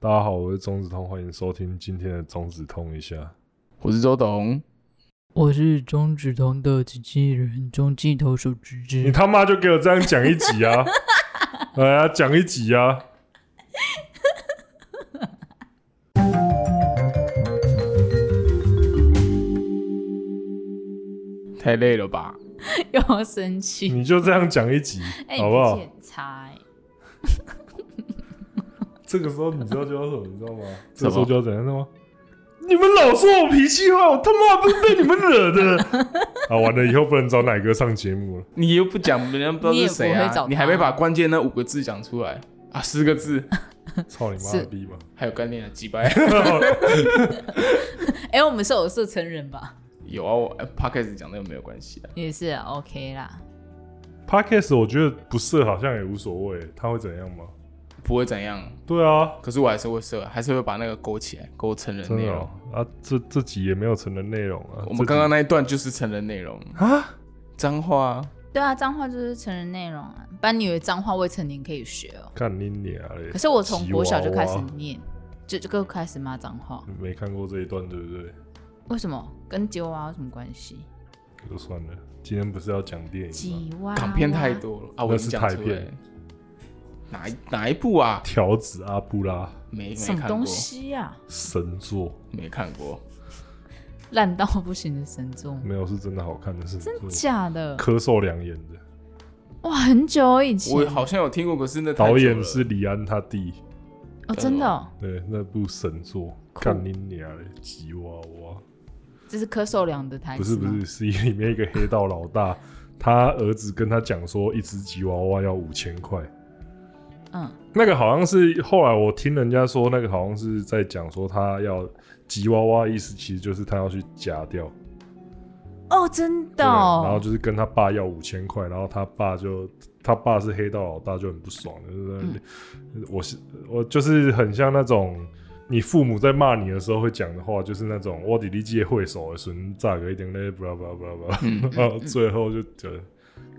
大家好，我是钟子通，欢迎收听今天的钟子通一下。我是周董，我是中指同的机器人中继投手之你之，他妈就给我这样讲一集 啊！来啊，讲一集啊！太累了吧？又 要生气，你就这样讲一集，哎、好不你脾好气？很差、哎 这个时候你知道就要什么，你知道吗？这什么个时候就要怎样的吗？你们老说我脾气坏，我他妈不是被你们惹 的。啊，完了，以后不能找奶哥上节目了。你又不讲，别人不知道你是也谁不啊会找？他你还没把关键那五个字讲出来啊？四个字， 操你妈的是逼嘛！还有概念啊？几百哎、我们是有色成人吧？ 有啊？我 p o d c a s 讲那个没有关系啊。也是啊 OK 啦， Podcast 我觉得不设好像也无所谓，他会怎样吗？不会怎样，对啊，可是我还是会设，还是会把那个勾起来，勾成人真内的容哦。啊，这这集也没有成人内容啊。我这们集刚刚那一段就是成人内容啊，脏话啊，对啊，脏话就是成人内容啊，不然你以为脏话未成年可以学哦、看你娘嘞！可是我从国小就开始吉娃娃念，就就开始骂脏话，没看过这一段，对不对？为什么？跟吉娃娃有什么关系？就算了，今天不是要讲电影吗？吉娃娃港片太，多了啊！我已经讲那出是来台了片，哪一哪一部啊？条子阿布拉没什没么看东过，西啊？神作，没看过。烂到不行的神作，没有是真的好看的是真假的？咳嗽两眼的，哇，很久以前我好像有听过，可是那太久导演了是李安他弟，哦，真的、哦，对，那部神作，酷看你娘嘞，吉娃娃，这是柯受良的台不词是吗？不是，是里面一个黑道老大，他儿子跟他讲说，一只吉娃娃要五千块。嗯，那个好像是后来我听人家说，那个好像是在讲说他要吉娃娃，意思其实就是他要去夹掉，哦，真的、对哦，然后就是跟他爸要五千块，然后他爸就他爸是黑道老大，就很不爽，就是、嗯我是我就是很像那种你父母在骂你的时候会讲的话，就是那种我弟弟借会手的孙炸个一点嘞，不啦不啦不啦不啦，嗯然后最后就觉得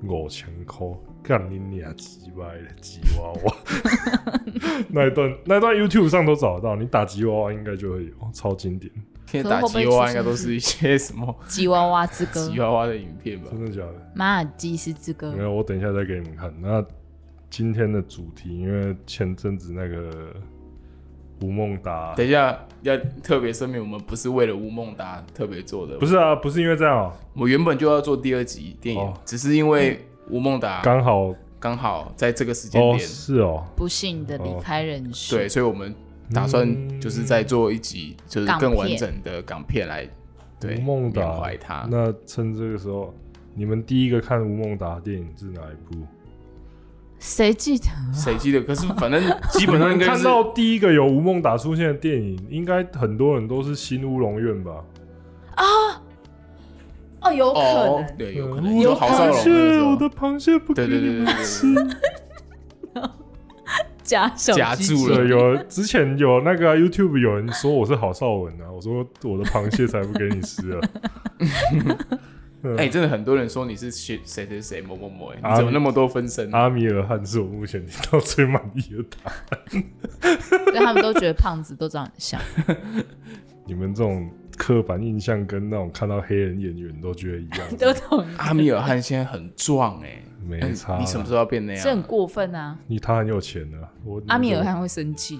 五千块，干你娘鸡巴的鸡娃娃。 那一段那一段 YouTube 上都找得到，你打吉娃娃应该就会有，超经典，现在可打能会吉不娃会出娃现应该都是一些什么吉娃娃之 歌吉，娃娃的影片吧真？的假的？马尔济斯之歌没，有，我等一下再给你们看。那今天的主题，因为前阵子那个吴孟达， 等一下要特别声明，我们不是为了吴孟达特别做的，不是啊，不是因为这样哦、我们原本就要做第二集电影哦，只是因为吴孟达刚好刚好在这个啊时间哦，点，是哦，不幸的离开人世。对，所以我们打嗯算就是再做一集，就是更完整的港片来对吴孟达缅怀他。那趁这个时候，你们第一个看吴孟达的电影是哪一部？谁记得？谁记得？可是 反正基本上应你们该就看是到第一个有吴孟达出现的电影，应该很多人都是《新乌龙院》吧？哦，有可哦，能。对，嗯有我可的能就郝邵螃龙蟹，那时我候的螃蟹不给对对对你对对们吃。对。 假小夹鸡鸡住 了对， 有之前有那个啊 YouTube 有人说我是郝邵文啊，我说我的螃蟹才不给你吃 啊。哎、真的很多人说你是谁谁谁谁某某某、哎、啊你怎么那么多分身？阿米尔汗是我目前听到最满意的答案。 对他们都觉得胖子都长得 很像。你们这种刻板印象跟那种看到黑人演员都觉得一样，啊都同意，阿米尔汗现在很壮哎、没 嗯差啦。啊你什么时候要变那这很样？过分啊！你他很有钱啊，我阿米尔汗会生气，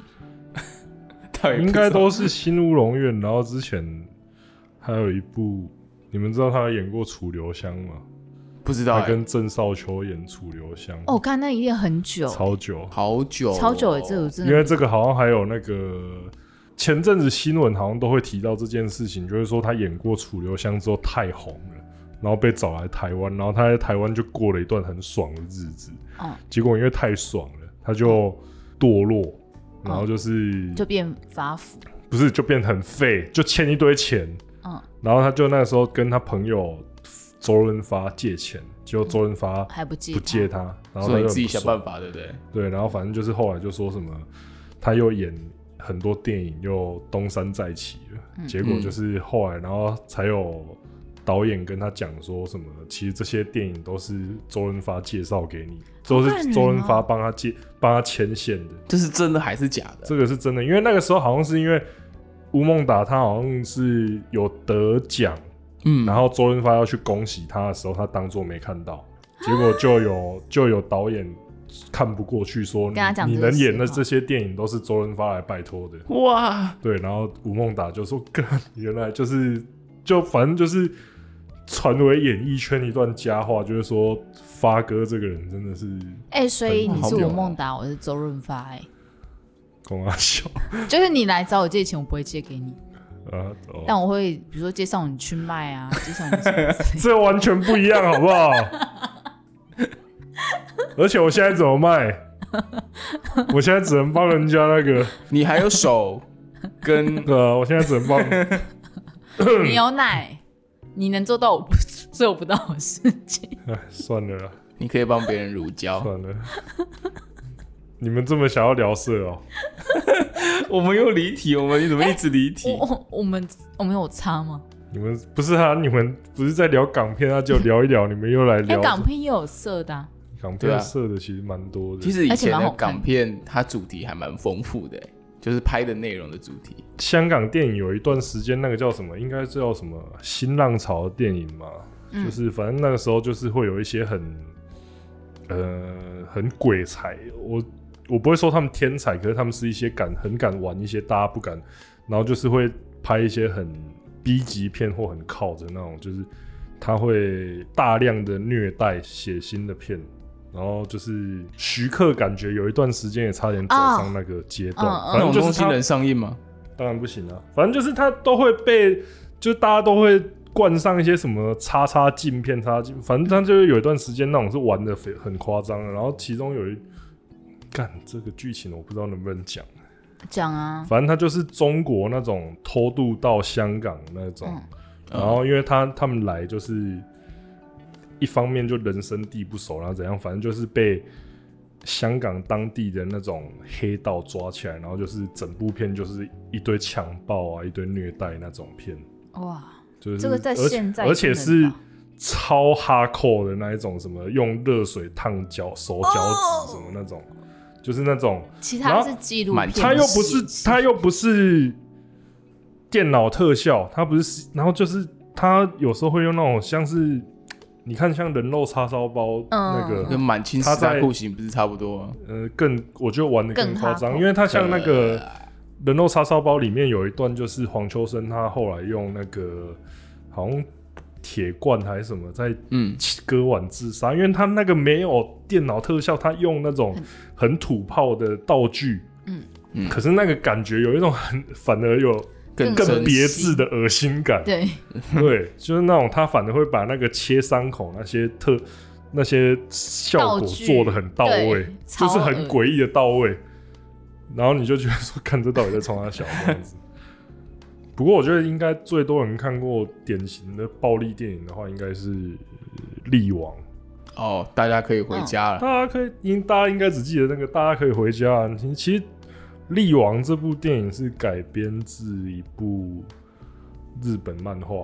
到底不应该知道欸都是新乌龙院，然后之前还有一部，你们知道他有演过《楚留香》吗？不知道、他哎跟郑少秋演《楚留香》哦，我看那一定很久，超久，好久、哦超久了，这我真因为的这个好像还有那个前阵子新闻好像都会提到这件事情，就是说他演过《楚留香》之后太红了，然后被找来台湾，然后他在台湾就过了一段很爽的日子，嗯结果因为太爽了，他嗯就堕落，然后就是、就变发福。不是就变得很废，就欠一堆钱，嗯，然后他就那时候跟他朋友周润发借钱，结果周润发还不记不借他，然后嗯所他以就你自己想法。办法，对不对？对，然后反正就是后来就说什么，他又演很多电影，又东山再起了。嗯结果就是后来，然后才有导演跟他讲说什么，其实这些电影都是周润发介绍给你，都好感是人周润哦发帮他介帮他牵线的。这是真的还是假的？这个是真的，因为那个时候好像是因为吴孟达他好像是有得奖，嗯，然后周润发要去恭喜他的时候，他当做没看到，结果就有就有导演看不过去说，啊跟他讲你这个能演事哦的吗这些电影都是周润发来拜托的，哇，对，然后吴孟达就说，干，原来就是就反正就是。传为演艺圈一段佳话，就是说发哥这个人真的是哎、所以你好是屌吴哦孟达，我是周润发、哎，公阿笑就是你来找我借钱，我不会借给你，啊， 哦但我会比如说介绍你去卖啊，介绍你什么之类的。这完全不一样，好不 好？而且我现在怎么卖？我现在只能帮人家那个，你还有手 跟对啊，我现在只能帮。嗯你有奶，你能做到我不做不到的事 情。哎，算了啦，你可以帮别人 乳胶，算了。你们这么想要聊色哦、我们又离题，我们怎么一直离题哎我？我我们我们有差吗？你们不是啊？你们不是在聊港片啊？就聊一聊，你们又来哎、聊港片也有色的、啊，港对啊片色的，其实蛮多的。其实以而且前蛮的好看港片，它主题还蛮丰富的、欸就是拍的内容的主题。香港电影有一段时间，那个叫什么？应该叫什么新浪潮的电影嘛？嗯就是反正那个时候就是会有一些很呃很鬼才，我我不会说他们天才，可是他们是一些敢很敢玩一些大家不敢，然后就是会拍一些很 B 级片或很靠着那种，就是他会大量的虐待血腥的片。然后就是徐克，感觉有一段时间也差点走上那个阶段，哦嗯嗯反那正种就东是西他能上映吗？当然不行啊，反正就是他都会被，就大家都会冠上一些什么叉叉镜片、叉叉镜，反正他就是有一段时间那种是玩的非很夸张的，然后其中有一干这个剧情我不知道能不能讲，讲啊，反正他就是中国那种偷渡到香港那种，嗯然后因为他他们来就是一方面就人生地不熟，然后怎样，反正就是被香港当地的那种黑道抓起来，然后就是整部片就是一堆强暴啊，一堆虐待那种片，哇，就是这个在而且现在而且真的是很大超哈扣的那一种，什么用热水烫脚手脚趾什么那种，就是那种其然他后是纪录满片，他又不是他又不是电脑特效，他不是，然后就是他有时候会用那种像是你看像人肉叉烧包那个，跟满清十他嗯在大酷刑不是差不多吗？呃，更我觉得玩的更更夸张， hardcore 因为他像那个呃人肉叉烧包里面有一段就是黄秋生他后来用那个好像铁罐还是什么在嗯，割腕自杀，因为他那个没有电脑特效，他用那种很土炮的道具，嗯嗯可是那个感觉有一种很反而有更更更真别实致的恶心感，对，对，就是那种他反而会把那个切伤口那些特那些效果道具做的很到位对，就超是很恶诡异的到位，然后你就觉得说，看这到底在冲他小这样子。 不过我觉得应该最多人看过典型的暴力电影的话，应该是《呃力王》。哦，大家可以嗯回家 了。大家可以，应大家应该只记得那个，大家可以回家啊。其其实《力王》这部电影是改编自一部日本漫画，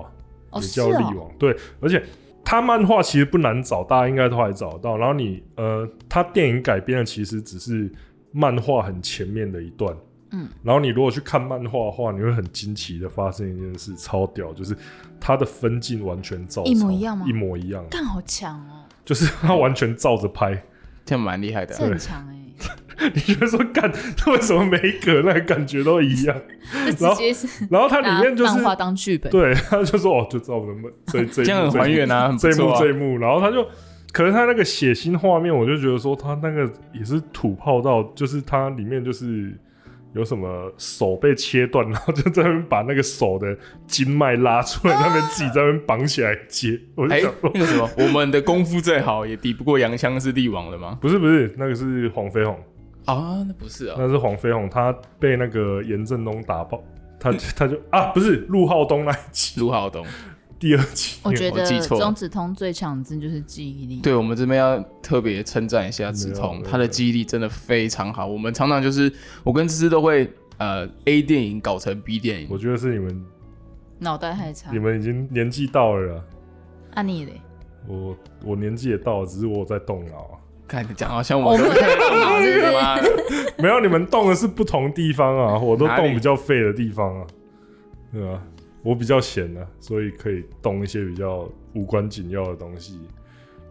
哦也是叫《力王哦，》。对，而且它漫画其实不难找，大家应该都还找得到。然后你呃，它电影改编的其实只是漫画很前面的一段。嗯，然后你如果去看漫画的话，你会很惊奇的发现一件事，超屌，就是它的分镜完全照一模抄一样吗一模一样，干好强哦，就是它完全照着拍。这样蛮厉害的啊这。很强哎、啊你就会说干，为什么每一个那个感觉都一样？这直接是然后它拿里面就是漫画当剧本，对，他就说哦，就知道我们这这这样很还原啊，很这不一幕错啊这一幕，然后他就。可是他那个血腥画面，我就觉得说他那个也是土炮到，就是它里面就是有什么手被切断，然后就在那边把那个手的筋脉拉出来，那边自己在那边绑起来接。我就哎想说，，那个 什么，我们的功夫最好，也抵不过洋枪是力王的吗？不是不是，那个是黄飞鸿。啊，那不是啊，那是黄飞鸿，他被那个严振东打爆，他他就啊，不是陆浩东那一集，卢浩东。第二集，我觉我记得错了钟子通最强的真就是记忆力，对我们这边要特别称赞一下梓没有啊潼，没有他的记忆力真的非常好。我们常常就是我跟芝芝都会呃 A 电影搞成 B 电影我，觉得是你们脑袋太差你。们已经年纪到了啦，啊你嘞？我我年纪也到了，只是我有在动脑 啊。看你讲好像我我们们在动脑是不是妈 的没有，你们动的是不同地方啊，我都哪里动比较废的地方啊，对吧、我比较闲啊，所以可以动一些比较无关紧要的东西。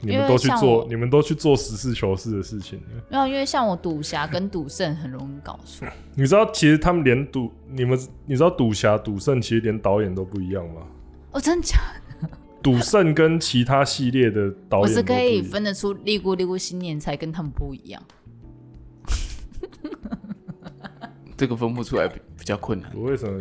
你因们为都去像做我，你们都去做实事求是的事情啊了。没有，因为像我赌侠跟赌圣很容易搞 错。你知道，其实他们连赌，你们你知道赌侠、赌圣其实连导演都不一样吗？哦，真假？赌圣跟其他系列的导我演是都不可一以样分得出利姑利姑新年才跟他们不一样。这个分不出来比比较困难。我为什么？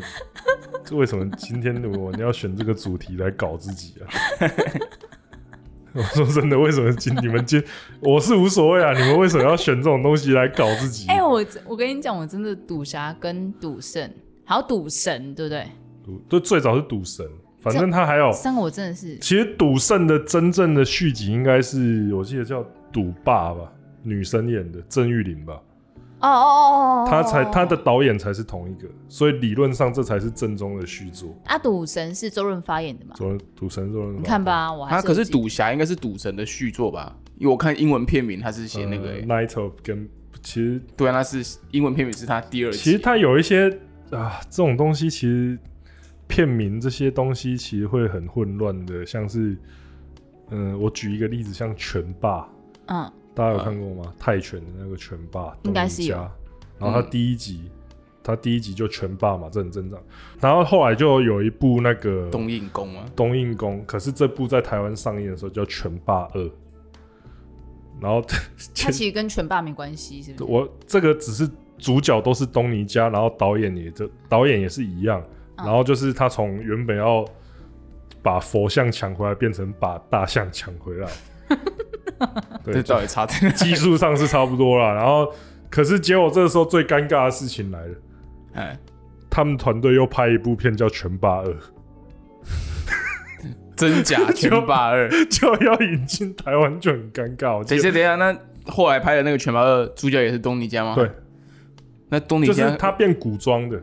这为什么今天我你要选这个主题来搞自己啊？ 我说真的，为什么今你们今我是无所谓啊？你们为什么要选这种东西来搞自己？哎、我真我跟你讲，我真的赌侠跟赌圣，还有赌神，对不对？赌就最早是赌神，反正他还有，三个我真的是其实赌圣的真正的续集应该是我记得叫赌霸吧，女生演的郑裕玲吧，哦哦哦哦哦，她才她的导演才是同一个，所以理论上这才是正宗的续作。啊，赌神是周润发演的嘛？昨赌神说你看，吧，我还他啊可有是记赌侠应该是赌神的续作吧？因为我看英文片名他是写那个、呃欸 Night of 跟其实对啊，那是英文片名是他第二集。其实它有一些啊，这种东西其实片名这些东西其实会很混乱的，像是嗯、我举一个例子，像拳霸，嗯，大家有看过吗？啊泰拳的那个拳霸，应该是有东尼加。然后他第一嗯集，他第一集就拳霸嘛，这很正常。然后后来就有一部那个东印宫吗？东印宫，可是这部在台湾上映的时候叫《拳霸二》，然后 他其实跟拳霸没关系，是不是？我这个只是主角都是东尼加，然后导演也这导演也是一样，嗯然后就是他从原本要把佛像抢回来，变成把大象抢回来，对，这就到底差在哪？技术上是差不多啦。然后可是结果这时候最尴尬的事情来了，哎，他们团队又拍一部片叫《拳霸二》， 真假拳霸二？就要引进台湾就很尴尬。我等记一下得等一下，那后来拍的那个拳霸二主角也是东尼加吗？对，那东尼就是加他变古装的。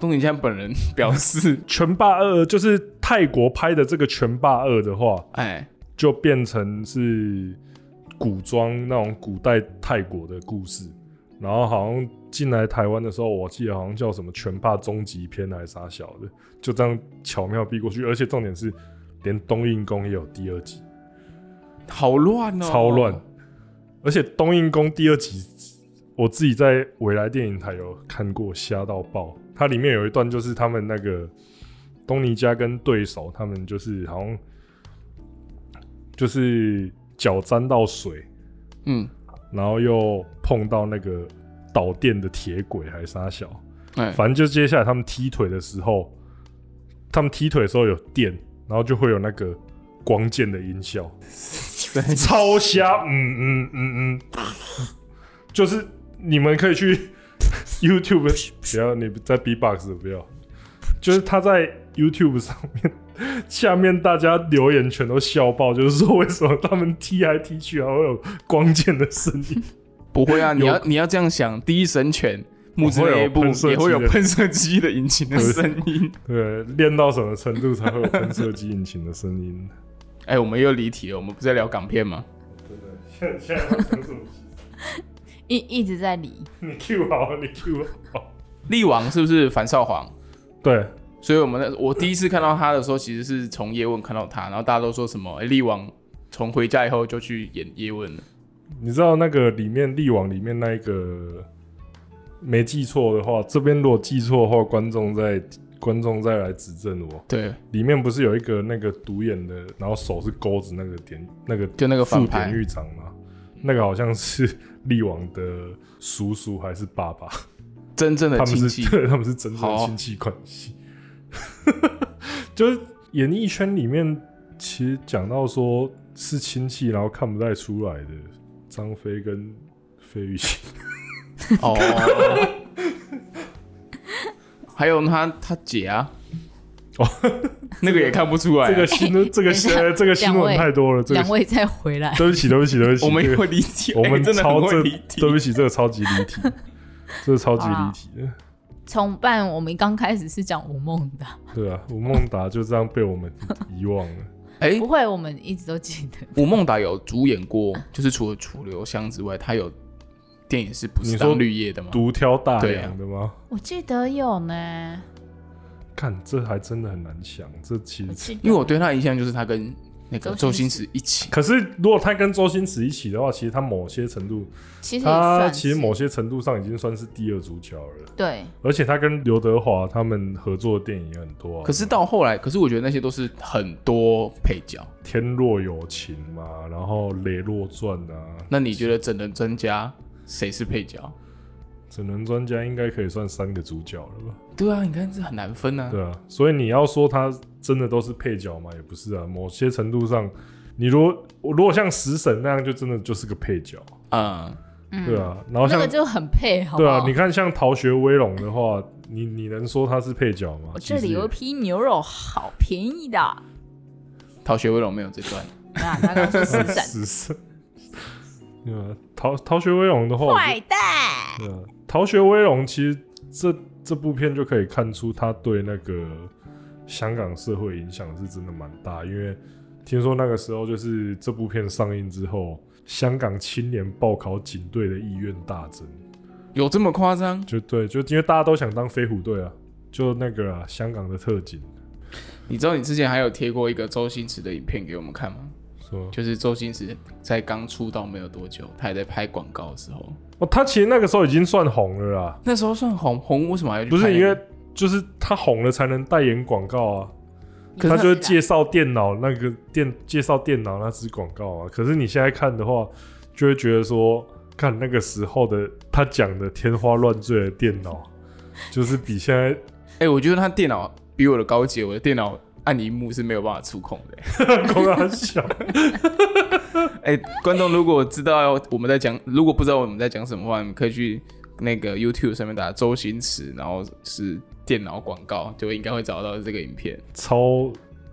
东尼加本人表 示， 《拳霸二》就是泰国拍的这个《拳霸二》的话，哎，就变成是古装那种古代泰国的故事，然后好像进来台湾的时候，我记得好像叫什么《拳霸终极篇》还是啥小的，就这样巧妙避过去，而且重点是连东印宫也有第二集，好乱哦，超乱，而且东印宫第二集我自己在未来电影台有看过，瞎到爆，它里面有一段就是他们那个东尼加跟对手，他们就是好像就是脚沾到水。 嗯，然后又碰到那个导电的铁轨还是啥小，哎，反正就接下来他们踢腿的时候，他们踢腿的时候有电，然后就会有那个光剑的音效，超瞎，嗯嗯嗯嗯，就是你们可以去 YouTube，不要你在 B-box 不要，就是他在 YouTube 上面。下面大家留言全都笑爆，就是说为什么他们踢来踢去还会有光剑的声音？不会啊，你有要你要这样想，第一神犬木之那一部会有喷射机的也会有喷射机的引擎的声 音。对，练到什么程度才会有喷射机引擎的声音？哎，我们又离题了，我们不是在聊港片吗？真的，现在现在要讲什么？一一直在理， 你 Q 好，你 Q 好。力王是不是樊少皇？对，所以我们那我第一次看到他的时候，其实是从叶问看到他，然后大家都说什么哎力王从回家以后就去演叶问了。你知道那个里面力王里面那一个，没记错的话，这边如果记错的话，观众再观众再来指正我。对，里面不是有一个那个独眼的，然后手是钩子那个典那个就那个副反典派狱长吗？那个好像是力王的叔叔还是爸爸？真正的他亲们是 戚对，他们是真正好的亲戚关系。 就是演艺圈里面，其实讲到说是亲戚，然后看不太出来的，张飞跟费玉 清，哦。还有他他姐啊，哦， 那个也看不出来啊、这个新闻，这个新等一下这个新两闻位太多了，这个两位再回 来。对不起，对不起，对不起， 我们这也个会离题，我们哎真的超很会这离题。对不起，这个超级离 题，这个超级好离啦题的，从办我们刚开始是讲吴孟达， 对啊，吴孟达就这样被我们遗忘了。哎、不会，我们一直都记得。吴孟达有主演过，就是除了《楚留香》之外，他有电影是不是你说当绿叶的吗？独挑大对啊梁的吗？我记得有呢，看、这还真的很难想，这其我实记得。因为我对他的印象就是他跟那个周周星星驰一起，可是，如果他跟周星驰一起的话，其实他某些程度，其实也他算其实是某些程度上已经算是第二主角了。对而且他跟刘德华他们合作的电影也很多、啊，可是到后来，可是我觉得那些都是很多配角。 《天若有情》嘛，然后《雷洛传》啊，那你觉得整人专家谁是配角？整人专家应该可以算三个主角了吧？对啊，你看这很难分啊。对啊，所以你要说他真的都是配角嘛，也不是啊。某些程度上，你如果我如果像食神那样，就真的就是个配角，嗯，嗯对啊。然后那像、个就很配，好不对好？啊，你看像《逃学威龙》的话，你你能说他是配角吗？我其哦这实里有一批牛肉，好便宜的。 逃学威龙没有这段，那他刚说实战食神，对啊，逃逃学威龙的话，我就坏蛋，对啊，《逃学威龙》其实这这部片就可以看出他对那个香港社会影响是真的蛮大，因为听说那个时候就是这部片上映之后，香港青年报考警队的意愿大增，有这么夸张？就对，就因为大家都想当飞虎队啊，就那个啊，香港的特警，你知道你之前还有贴过一个周星驰的影片给我们看吗？说就是周星驰在刚出道没有多久，他还在拍广告的时候，哦，他其实那个时候已经算红了啦，那时候算红红，为什么还要去不拍是那因个为就是他红了才能代言广告啊。可他是就是介绍电脑那个电介绍电脑那支广告啊。可是你现在看的话，就会觉得说，看那个时候的他讲的天花乱坠的电 脑，就是比现在哎、我觉得他电脑比我的高级，我的电脑按一幕是没有办法触控的、工大小。 哎、观众如果知道我们在讲，如果不知道我们在讲什么话，你们可以去那个 YouTube 上面打周星驰，然后是电脑广告，就应该会找到这个影片。超，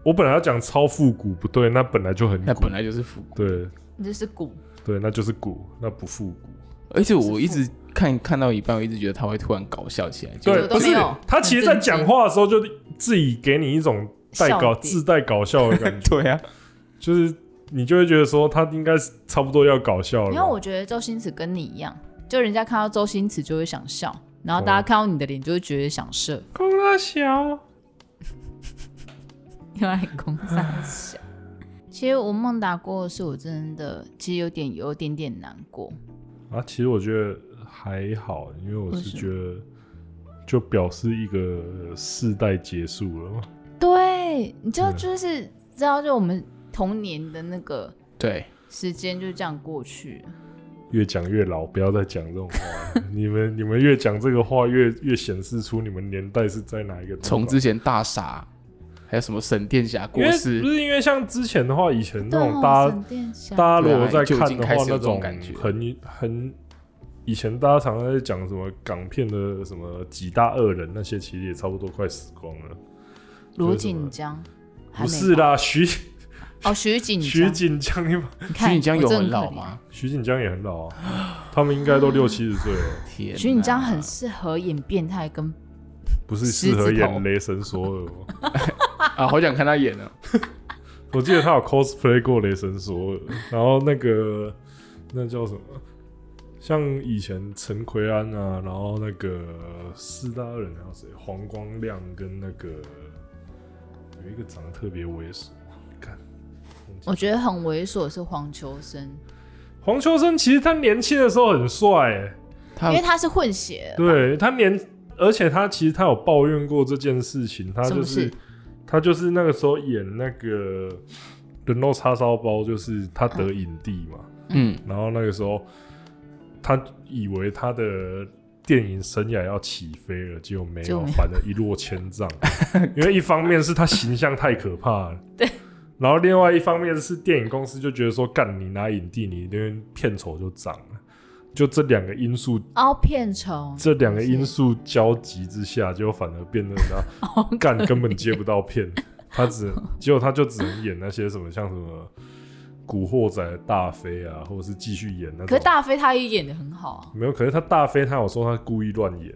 我本来要讲超复古，不对，那本来就很那古本，来就是复古，对你这是鼓，对，那就是古，那不复古。而且我一直看看到一半，我一直觉得他会突然搞笑起来。就我对，都不没是有他其实，在很震惊讲话的时候就自己给你一种带搞笑点自带搞笑的 感觉，对啊，就是你就会觉得说他应该是差不多要搞笑了因为吧。我觉得周星驰跟你一样，就人家看到周星驰就会想笑，然后大家看到你的脸就会觉得想射，工大小。用来攻三小。 其实吴孟达过的事，我真的其实有点有点点难过。啊，其实我觉得还好，因为我为是什觉得就表示一个世代结束了嘛。对，你知道，嗯就是知道，就我们童年的那个对，时间就这样过去了。越讲越老，不要再讲这种 话了。你们你们越讲这个话，越越显示出你们年代是在哪一个地方从之前大傻，还有什么沈殿霞因过为不世，是因为像之前的话，以前那对种哦，大家、闪电侠大家如果对在啊就已看经的话，开始有那这种种感觉很很以前大家常常在讲什么港片的什么几大恶人那些，其实也差不多快死光了。罗锦江，还不没是啦，徐哦，徐锦江徐锦江，你你徐看锦江有我真的很可老怜？吗？徐锦江也很老啊，他们应该都六七十岁了，天哪，徐锦江很适合演变态跟不是适合狮子头演雷神索尔吗？啊，好想看他演哦。我记得他有 cosplay 过雷神索尔，然后那个那叫什么？像以前陈奎安啊，然后那个四大恶人还有谁？黄光亮跟那个有一个长得特别猥琐，看我觉得很猥琐是黄秋生，黄秋生其实他年轻的时候很帅、欸，他因为他是混血的，对他年，而且他其实他有抱怨过这件事情，他什就么是事他就是那个时候演那个《人肉叉烧包》，就是他啊得影帝嘛，嗯，然后那个时候他以为他的电影生涯要起飞了，结果没结有果没，有反而一落千 丈。因为一方面是他形象太可怕了，对。然后另外一方面是电影公司就觉得说，干你拿影帝，你那边片酬就涨了，就这两个因素凹哦片虫，这两个因素交集之下，结果反而变得 哦他干根本接不到片，他只结果他就只能演那些什么像什么《古惑仔》的大飞啊，或者是继续演那可种是。大飞他也演的很好啊，没有，可是他大飞他有说他故意乱演，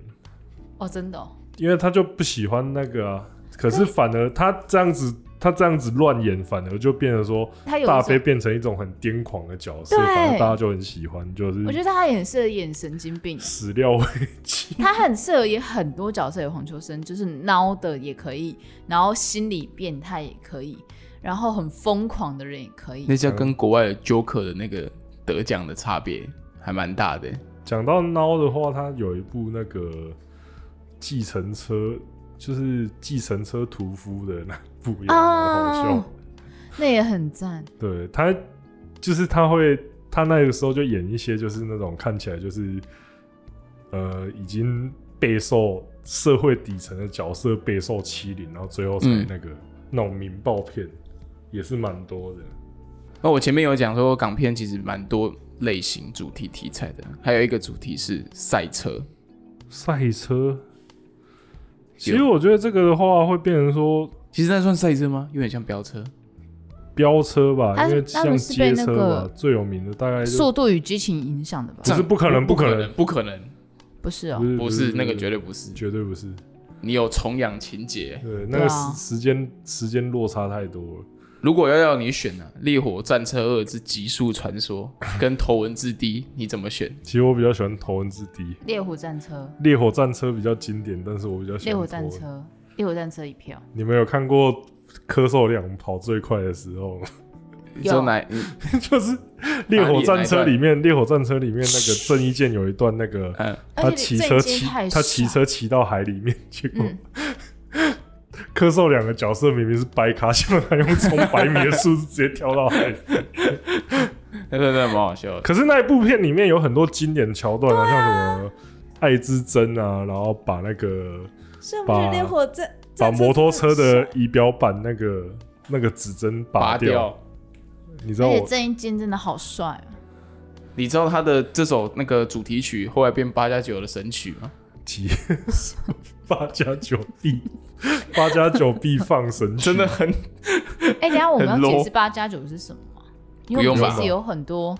哦，真的哦、因为他就不喜欢那个啊。可是反而他这样子他这样子乱演，反而就变得说他有一大飞种，变成一种很癫狂的角色，对反而大家就很喜欢，就是我觉得他很适合演神经 病，始料未及。 他很适合演很多角色，有黄秋生，就是孬的也可以，然后心理变态也可以，然后很疯狂的人也可以那。叫跟国外的 Joker 的那个得奖的差别还蛮大的。讲到孬的话，他有一部那个计程车，就是计程车屠夫的那部也蛮好笑。哦那也很赞，对他，就是他会，他那个时候就演一些就是那种看起来就是，呃，已经备受社会底层的角色备受欺凌，然后最后才嗯那个、那种民报片，也是蛮多的。那哦我前面有讲说，港片其实蛮多类型、主题、题材的，还有一个主题是赛车。赛车，其实我觉得这个的话会变成说其实那算赛车吗？有点像飙车。飙车吧，他因为他像们是被街那车个吧，最有名的大概《就速度与激情》影响的吧？不是不可能不不可能能，不可能，不是哦，是不是那个绝对对不是。绝对不是，你有崇洋情节。对那对个啊时时间时间落差太多了。如果要要你选呢、烈火战车二之极速传说》 跟《头文字 D》，你怎么选？其实我比较喜欢头文字 D。 《猎虎战车》烈火战车比较经典，但是我比较《喜欢猎头虎文战车》。《猎虎战车》一票，你们有看过柯受良跑最快的时候吗？ 你说有哪？你就是烈火战车里面，烈火战车里面那个郑伊健有一段那个嗯，他哎而且骑这车已经骑太他骑少车骑到海里面，结果嗯， 柯受良的角色明明是白卡，结果他用从百米的速度直接跳到海里。 那真的蛮好笑的。可是那一部片里面有很多经典桥段啊，像什么爱之真啊，然后把那个所以我把们觉得烈火战把战车摩托车真很的仪表板那个那个指针拔拔掉，掉。你知道而且我郑伊健真的好帅啊！ 你知道他的这首那个主题曲后来变八加九的神曲吗？几 八加九必八加九必放神曲，。真的 很哎、等一下我们要很 low 解释八加九是什么吗？因为不我用们吧其实有很多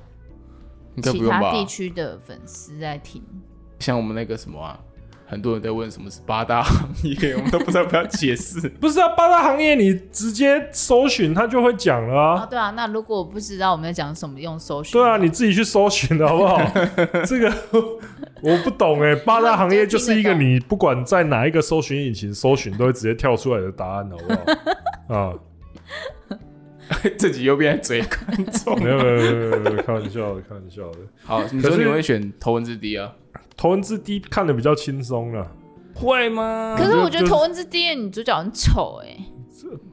应该不其用他吧？地区的粉丝在听，像我们那个什么啊，很多人在问什么是八大行业，我们都不知道要不要解 释不是啊？八大行业你直接搜寻，他就会讲了哦，啊。对啊，那如果我不知道我们在讲什么，用搜寻。对啊，你自己去搜寻的好不 好？这个 我不懂哎、八大行业就是一个你不管在哪一个搜寻引擎搜寻，都会直接跳出来的答案，好不好？啊，自己又变成嘴观众。 没有没有没有没有没有，开玩笑的，开玩笑的。好，你可说是你会选头文字 D 啊？头文字 D 看的比较轻松了，会吗可是我就觉得就《头文字 D》的女主角很丑哎、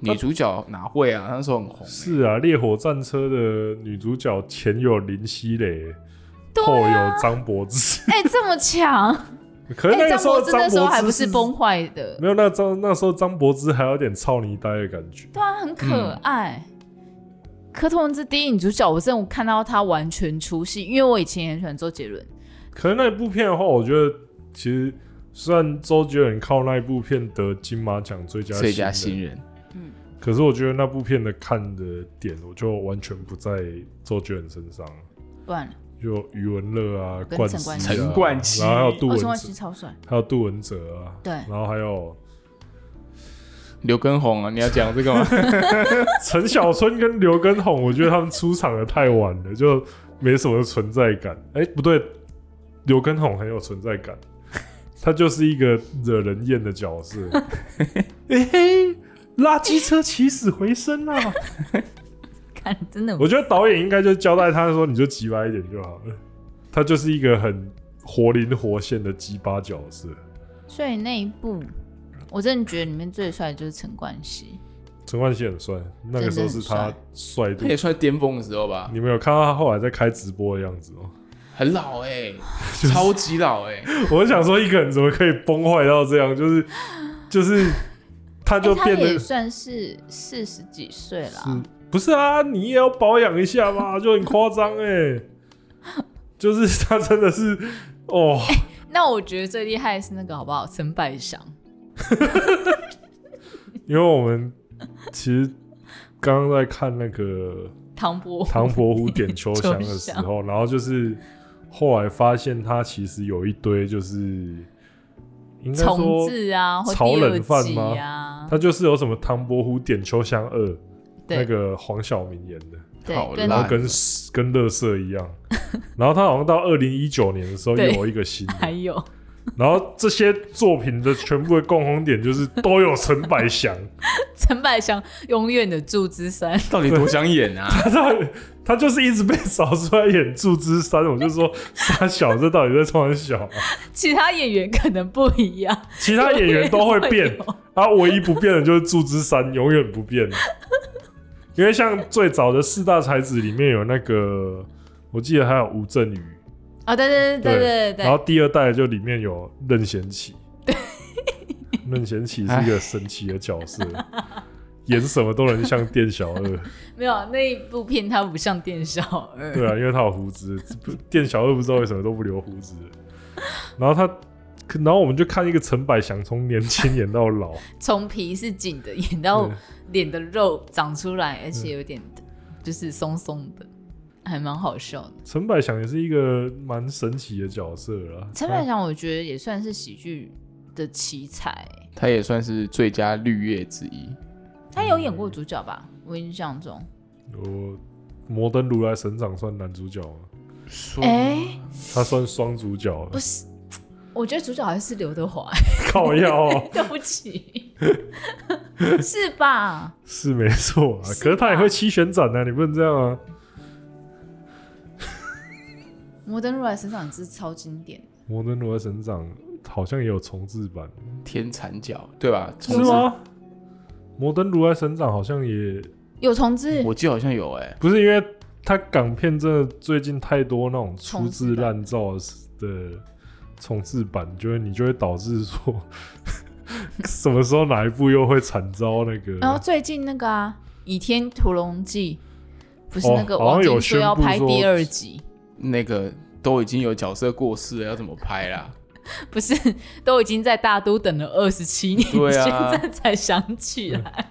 女主角哪会啊？她那时候很红欸、是啊，《烈火战车》的女主角前有林熙蕾，对后啊，有张柏芝。哎、这么强！可是哎、那个张时候柏芝张那时候柏还芝不是崩坏的，没有，那张那时候张柏芝还有点操泥呆的感觉。对啊，很嗯可爱。可《头文字 D》女主角，我真的看到她完全出戏，因为我以前也很喜欢周杰伦，可是那部片的话，我觉得其实虽然周杰伦靠那一部片得金马奖最佳最佳新人，人。可是我觉得那部片的看的点，我就完全不在周杰伦身上，不然就余文乐啊、跟冠陈希、啊冠、希陈冠希然后还有杜我文陈冠泽希，超 帅，还有杜文泽啊，对然后还有刘畊宏啊，你要讲这 个吗？陈小春跟刘根宏，我觉得他们出场的太晚了，就没什么存在感。哎、不对，刘根宏很有存在感，他就是一个惹人厌的角 色。哎、嘿，垃圾车起死回生啊！看真的我觉得导演应该就交代他说，你就急白一点就好了。他就是一个很活灵活现的鸡巴角色。所以那一部，我真的觉得里面最帅的就是陈冠希。陈冠希很帅，那个时候是他帅度她。也算巅峰的时候吧，你们有看到他后来在开直播的样子吗？很老哎、 超级老哎、我想说，一个人怎么可以崩坏到这样？就是就是，他哎他就变他也得、算是四十几岁啦是，不是啊？你也要保养一下吧，就很夸张哎。就是他真的是哦，哎那我觉得最厉害的是那个好不好？陈百祥，因为我们其实刚刚在看那个唐伯虎唐伯虎点秋香的时 候，然后就是后来发现他其实有一堆就是应该重说置啊，或炒第二冷饭集吗啊，啊，他就是有什么唐伯虎点秋香二，对那个黄晓明演的，好啦对，跟然啊后跟跟乐色一 样，然后他好像到二零一九年的时候又对有一个新的，还有然后这些作品的全部的共同点就是都有陈百 祥，陈百祥永远的祝枝山，到底多想演啊？他到底他就是一直被扫出来演祝枝山，我就说傻小，这到底在创小、啊？其他演员可能不一样，其他演员都会变 永远都会有，啊，唯一不变的就是祝枝山，永远不变。因为像最早的四大才子里面有那个，我记得还有吴镇宇，啊，对对对对对然后对，第二代就里面有任贤齐， 任贤齐是一个神奇的角色，演什么都能像店小二。没有那一部片他不像店小二，对啊，因为他有胡子，不店小二不知道为什么都不留胡子。然后他，可然后我们就看一个陈百祥从年轻演到老，从皮是紧的演到脸的肉长出来，而且有点就是松松的，还蛮好笑的。陈百祥也是一个蛮神奇的角色啊啦。陈百他祥我觉得也算是喜剧的奇才， 他也算是最佳绿叶之一。他有演过主角吧？我印象中，有摩登如来神掌算男主角吗？嗯哎、他算双主角啊了不，是，我觉得主角还是刘德华、 靠腰、哦、对不起， 是吧？是没错啊。是可是他也吧会七旋斩啊，你不能这样啊。摩登如来神掌是超经典，摩登如来神掌好像也有重置版，天蚕角对吧？是吗？摩登如来神掌好像也有重置嗯我记得好像有哎、不是因为他港片真的最近太多那种粗制滥造的重置版，就会你就会导致说 什么时候哪一部又会惨遭那个。然后最近那个啊，《倚天屠龙记》不是哦那个好像王有晶说要宣布拍说第二集， 那个都已经有角色过世了，要怎么拍啦？不是都已经在大都等了二十七年，对啊现在才想起嗯来，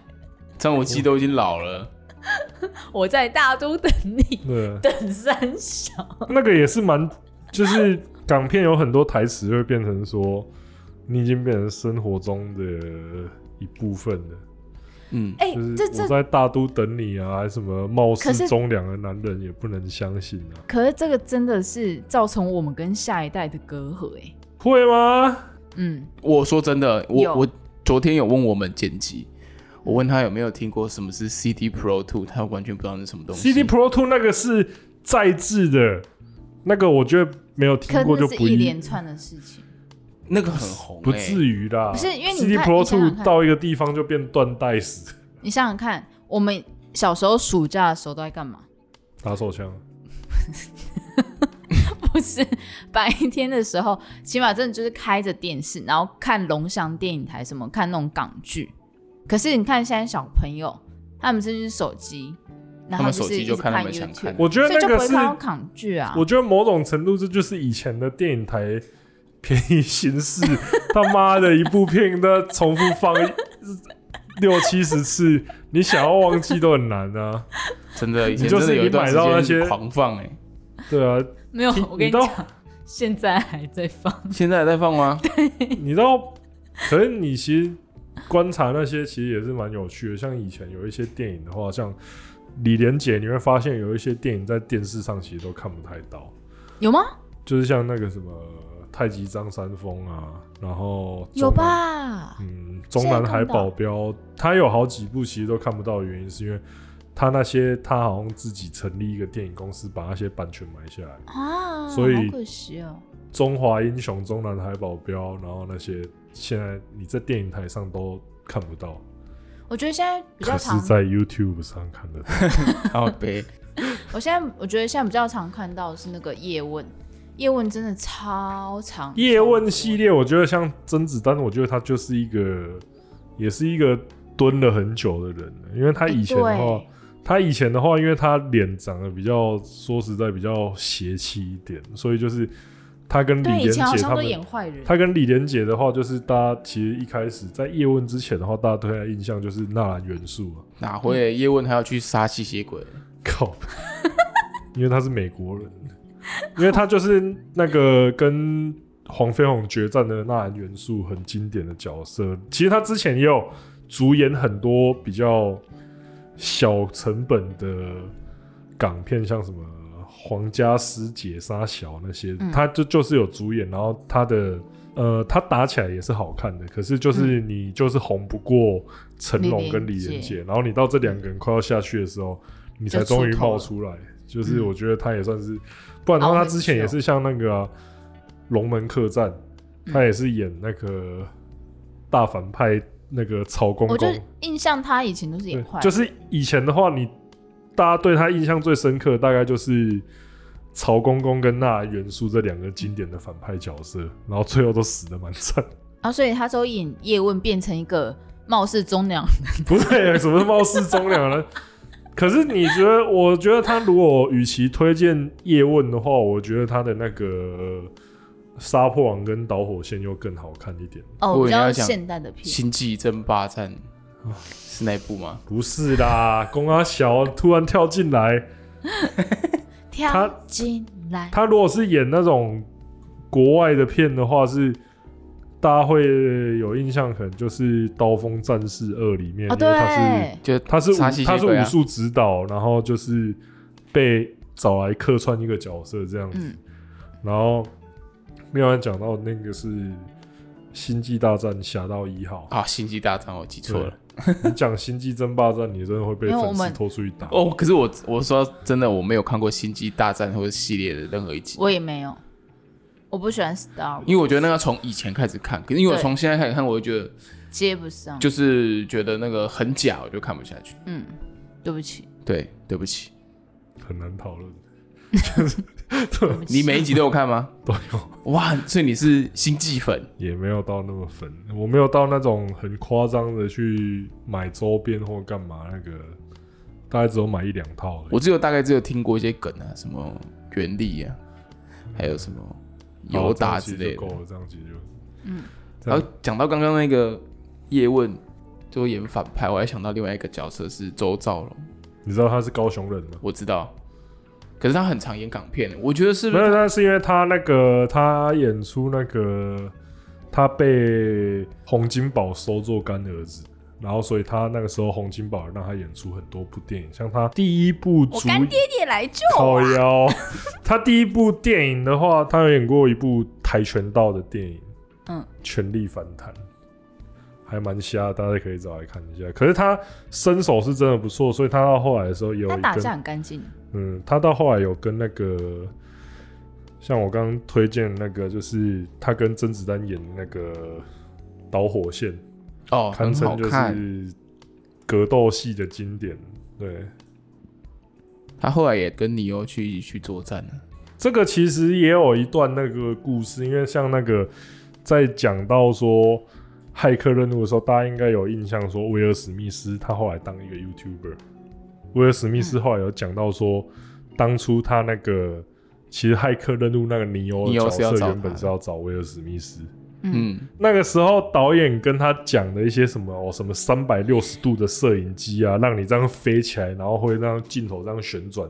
张无忌都已经老了，我在大都等你， 对，啊等三小，那个也是蛮，就是港片有很多台词会变成说，你已经变成生活中的一部分了。嗯，哎、就是这我这。在大都等你啊，还是什么貌可似是忠良的男人也不能相信啊，可是这个真的是造成我们跟下一代的隔阂哎、会吗？嗯，我说真的，有我我昨天有问我们剪辑，我问他有没有听过什么是 CD Pro Two，他完全不知道那是什么东西。 CD Pro Two 那个是在制的，那个我觉得没有可听是过那就是不一一连串的事情，那个很红、欸，不至于啦。不是因为你 CD 看 Pro 你想想 Two 看到一个地方就变断带死，你想想看，我们小时候暑假的时候都在干嘛？打手枪。不是白天的时候，起码真的就是开着电视，然后看龙翔电影台什么，看那种港剧。可是你看现在小朋友，他们甚至是手机，然他后们手是机一就直看他们想 YouTube，看的我觉得所以那就不个会是，看到港剧啊。我觉得某种程度这就是以前的电影台便宜形 式，他妈的一部片的重复放六七十次，你想要忘记都很难啊。真的，以前你就是真的有一段时你买到那间些狂放哎、对啊，没有你， 我跟你你到讲，现在还在放。现在还在 放吗？你知道，可是你其实观察那些，其实也是蛮有趣的。像以前有一些电影的话，像李连杰，你会发现有一些电影在电视上其实都看不太到， 有吗？就是像那个什么太极张三丰啊，然后有中南？吧？嗯，中南海保镖，他有好几部其实都看不到，的原因是因为他那些他好像自己成立一个电影公司，把那些版权买下来。啊，所以好可惜哦。中华英雄、中南海保镖，然后那些现在你在电影台上都看不到，我觉得现在比较可是常，在 YouTube 上看 得到。好呗，我现在我觉得现在比较常看到的是那个叶问，叶问真的超长。叶问系列，我觉得像甄子丹，我觉得他就是一个，也是一个蹲了很久的人了，因为他哎以前的话对，他以前的话，因为他脸长得比较，说实在比较邪气一点，所以就是他跟李对，连以前好杰像他都们演坏人。他跟李连杰的话，就是大家其实一开始在叶问之前的话，大家对他的印象就是纳兰元素啊，哪会叶问还要去杀吸血鬼？靠， 因为他是美国人，因为他就是那个跟黄飞鸿决战的纳兰元素很经典的角色。其实他之前也有主演很多比较小成本的港片，像什么《皇家师姐》《沙小》那些，嗯他就就是有主演，然后他的呃，他打起来也是好看的，可是就是你就是红不过成龙跟李连李连杰，然后你到这两个人快要下去的时候，你才就出终于头冒了出来。就是我觉得他也算是，不然的熬话，他很之前也是像那个啊、龙门客栈》，嗯他也是演那个大反派那个曹公我公就，印象他以前都是对演坏人，就是以前的话，你大家对他印象最深刻，大概就是曹公公跟那元素这两个经典的反派角色，然后最后都死的蛮惨，啊，所以他说演叶问变成一个貌似忠良， 不对，什么貌似忠良呢？ 可是你觉得？我觉得他如果与其推荐叶问的话，我觉得他的那个呃《杀破狼》跟《导火线》又更好看一点。我哦，比以为你较要讲现代的片，星际争霸战》哦是那一部吗？不是啦， 公阿小突然跳进来，跳进来，他如果是演那种国外的片的话，是大家会有印象，可能就是《刀锋战士二》里面，哦，因为他是对，就他是杀武吸他血是鬼武啊，术指导，然后就是被找来客串一个角色这样子。嗯，然后另外讲到那个是《星际大战：侠盗一号啊，《星际大战》我记》错对啊了。，你讲《星际争霸战》，你真的会被因为我粉丝们拖出去打。哦，可是我我说真的，我没有看过《星际大战》或者系列的任何一集，我也没有，我不喜欢 Star，Wars，因为我觉得那个从以前开始看，可是因为我对从现在开始看，我就觉得接不上，就是觉得那个很假，我就看不下去。嗯，对不起，对，对 不起，很难讨论。对不起你每一集都有看吗？都有，哇，所以你是星际粉也没有到那么粉，我没有到那种很夸张的去买周边或干嘛那个，大概只有买一两套而已。我只有大概只有听过一些梗啊，什么原力啊，还有什么好尤达之类哦这样其实就够了，这样其的。实就这然样后讲到刚刚那个叶问，就演反派，我还想到另外一个角色是周兆龙，你知道他是高雄人吗？我知道，可是他很常演港片，我觉得是不没是有，那是因为他那个他演出那个他被洪金宝收做干儿子，然后所以他那个时候洪金宝让他演出很多部电影，像他第一部我主干爹爹来救靠我，腰，他第一部电影的话，他有演过一部跆拳道的电影，嗯， 《权力反弹》，还蛮瞎的，大家可以找来看一下。可是他身手是真的不错，所以他到后来的时候也有他一打根架很干净，嗯，他到后来有跟那个，像我刚刚推荐的那个，就是他跟甄子丹演的那个《导火线》，哦，堪很好称就看。是格斗戏的经典。对，他后来也跟尼欧去一起去作战啊了。这个其实也有一段那个故事，因为像那个在讲到说骇客任务的时候，大家应该有印象，说威尔史密斯他后来当一个 YouTuber，威尔史密斯后来有讲到说，当初他那个其实骇客任务那个尼欧的尼角欧是要色找原本他是要找威尔史密斯，嗯，嗯，那个时候导演跟他讲的一些什么哦，什么三百六十度的摄影机啊，让你这样飞起来，然后会让镜头这样旋转。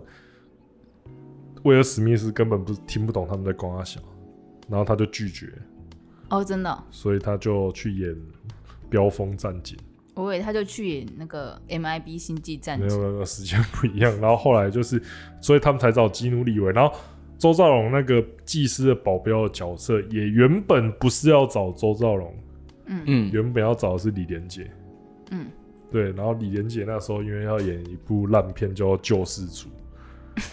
威尔史密斯根本不听不懂他们在光他啊小，然后他就拒绝，哦，真的哦，所以他就去演飙风战警，我以为他就去演那个 MIB 星际战没有警，没有没有时间不一样。然后后来就是，所以他们才找基努里维，然后。周兆龙那个技师的保镖的角色，也原本不是要找周兆龙，嗯嗯，原本要找的是李连杰，嗯，对，然后李连杰那时候因为要演一部烂片叫《救世主》，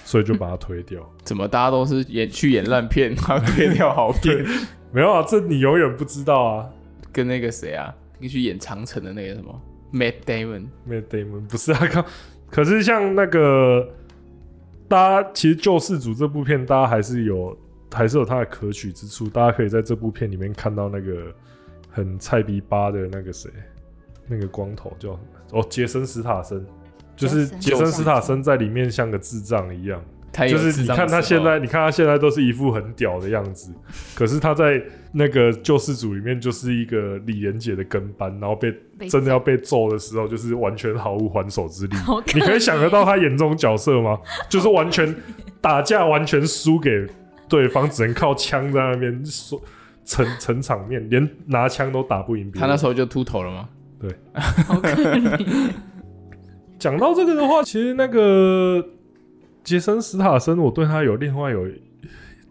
所以就把他推掉。怎么大家都是演去演烂片，然后推掉好片，没有啊，这你永远不知道啊。跟那个谁啊，跟去演长城的那个什么 Matt Damon， m a t Damon 不是啊， 刚可是像那个大家其实《救世主》这部片，大家还是有还是有它的可取之处。大家可以在这部片里面看到那个很菜逼巴的那个谁，那个光头叫什么哦，杰森·斯塔森，就是杰杰森森·斯塔森在里面像个智障一样。他有就是智你障的看他时候现在，你看他现在都是一副很屌的样子，可是他在那个救世主里面就是一个李连杰的跟班，然后被被真的要被揍的时候，就是完全毫无还手之力。好可你可以想得到他演这种角色吗？就是完全打架，完全输给对方，只能靠枪在那边说。撑撑场面，连拿枪都打不赢别他那人时。候就秃头了吗？好可怜。讲到这个的话，其实那个杰森·斯塔森，我对他有另外有，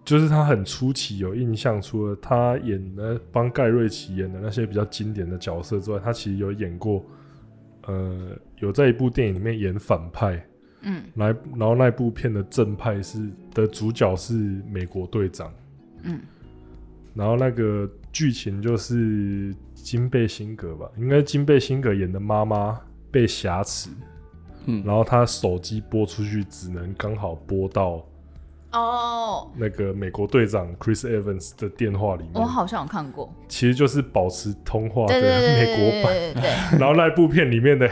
就是他很出奇有印象，除了他演的帮盖瑞奇演的那些比较经典的角色之外，他其实有演过，呃，有在一部电影里面演反派，嗯来，然后那部片的正派是的主角是美国队长，嗯，然后那个剧情就是金贝辛格吧，应该金贝辛格演的妈妈被挟持。嗯，然后他手机拨出去只能刚好拨到哦，那个美国队长 Chris Evans 的电话里我面，好像有看过。其实就是保持通话的对对对对美对国版。对对对，然后那部片里面的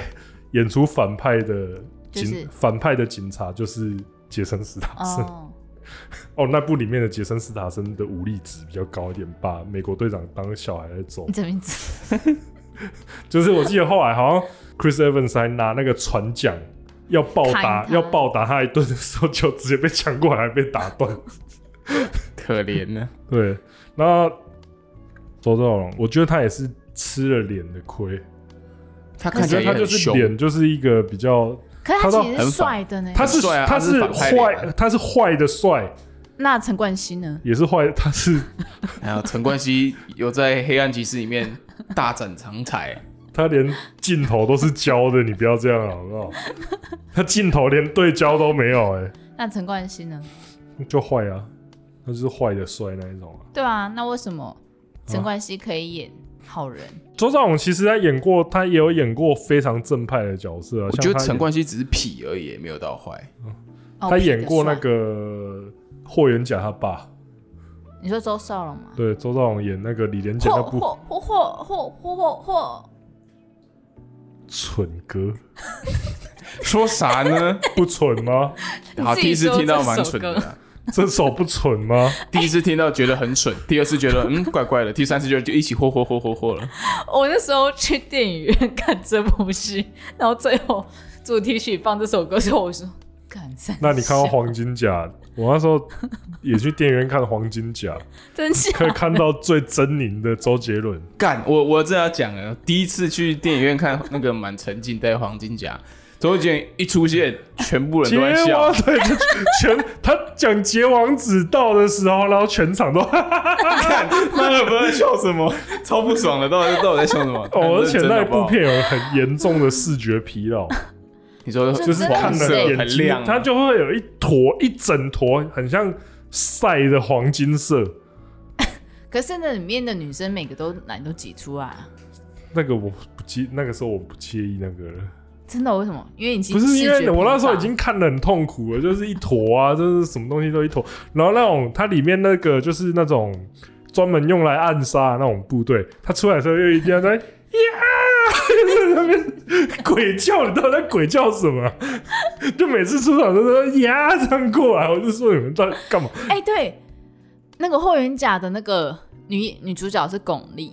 演出反派的警、就是反派的警察就是杰森斯塔森。哦，哦，那部里面的杰森斯塔森的武力值比较高一点，把美国队长当小孩在揍你。怎么一直就是我记得后来好像 Chris Evans 还拿那个船桨要暴打砍他要暴打他一顿的时候，就直接被抢过来被打 断。可怜呢。对，那周兆龙，哦我觉得他也是吃了脸的亏，他我看起觉来得也他就很是凶，脸就是一个比较，可是他他倒其实很反是帅的呢。他是帅啊他他是是反派脸啊坏，他是坏的帅，那陈冠希呢？也是坏，他是还有哎陈冠希有在《黑暗骑士》里面大展长才，他连镜头都是焦的，你不要这样好不 好？他镜头连对焦都没有、那陈冠希呢？哎，就坏啊，他就是坏的帅那一种啊。对啊，那为什么陈啊冠希可以演好人？周兆龙其实他演过，他也有演过非常正派的角色啊，我像觉得他陈演冠希只是痞而已，没有到坏。哦他演过那，痞的个霍元甲他爸。帅你说周少龙吗？对，周兆龙演那个李连杰那嚯部嚯嚯嚯嚯嚯嚯！蠢歌，说啥 呢？不蠢吗？好，自第己一次说听到这蛮首蠢歌的啦，这首不蠢吗？第一次听到觉得很 蠢，第二次觉得嗯怪怪的，第三次就就一起霍霍霍霍霍了。我那时候去电影院看这部戏，然后最后主题曲放这首歌的时候，我说：“干三小，那你看到黄金甲，我那时候也去电影院看黄金甲，真假可以看到最狰狞的周杰 伦。干，我我这要讲了，第一次去电影院看那个《满城尽带黄金甲》，周杰伦一出现，全部人结都在笑王。 对，就全他讲结王子道的时候，然后全场都，看，妈的，不 知道在笑什么，超不爽的，到底到底在笑什么？哦，而且看那部，认真好不好片有很严重的视觉疲劳，你说就就是看黄了色眼很睛亮，，啊它就会有一坨一整坨，很像晒的黄金色。可是那里面的女生每个都奶都挤出来啊，那个我不介，那个时候我不介意那个了。真的？为什么？因为已经不是视因觉为我那时候已疲乏经看得很痛苦了，就是一坨啊，就是什么东西都一坨。然后那种它里面那个就是那种专门用来暗杀的那种部队，它出来的时候又一定要在 呀，就是在那边鬼叫，你到底在鬼叫什么啊？ 就每次出场都说呀这样过来，我就说你们在干嘛？ 哎、对，那个霍元甲的那个女女主角是巩俐，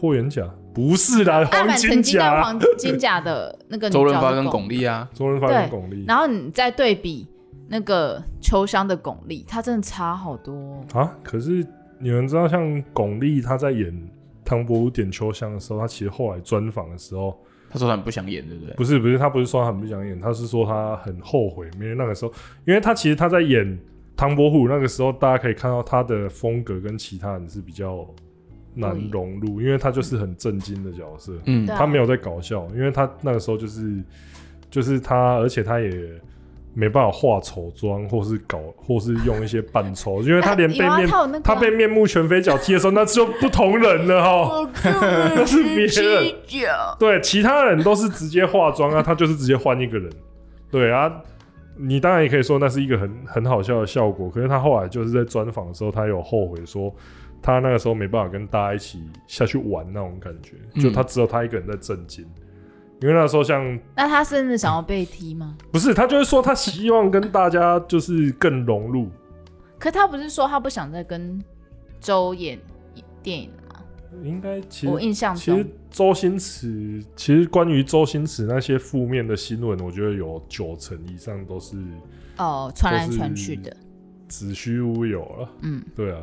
霍元甲不是啦，爱黄满金曾经甲在啊，黄金甲的那个女周主角润发是跟巩巩俐。俐啊，周润发跟对巩俐然后你再对比那个秋香的巩俐，她真的差好多哦、啊，可是你们知道，像巩俐她在演《唐伯虎点秋香》的时候，她其实后来专访的时候。他说他很不想演，对不对？不是不是，他不是说他很不想演，他是说他很后悔，因为那个时候，因为他其实他在演唐伯虎那个时候，大家可以看到他的风格跟其他人是比较难对融入，因为他就是很震惊的角色，嗯对，啊他没有在搞笑，因为他那个时候就是就是他，而且他也。没办法化丑妆，或是搞，或是用一些扮 丑，因为他连有被啊面、她有那个他啊被面目全非脚踢的时候，那就不同人了 哈。哦那是 别人哎酒，对，其他人都是直接化妆啊，他就是直接换一个人。对啊，你当然也可以说那是一个很很好笑的效果，可是他后来就是在专访的时候，他有后悔说他那个时候没办法跟大家一起下去玩那种感觉，嗯就他只有他一个人在震惊。因为那时候像那她甚至想要被踢吗？不是他就是说他希望跟大家就是更融入，可她不是说她不想再跟周演电影了吗？应该其我实印象其实中，周星驰其实关于周星驰那些负面的新闻，我觉得有九成以上都是哦，传来都是传去的，子虚乌有了。嗯，对啊，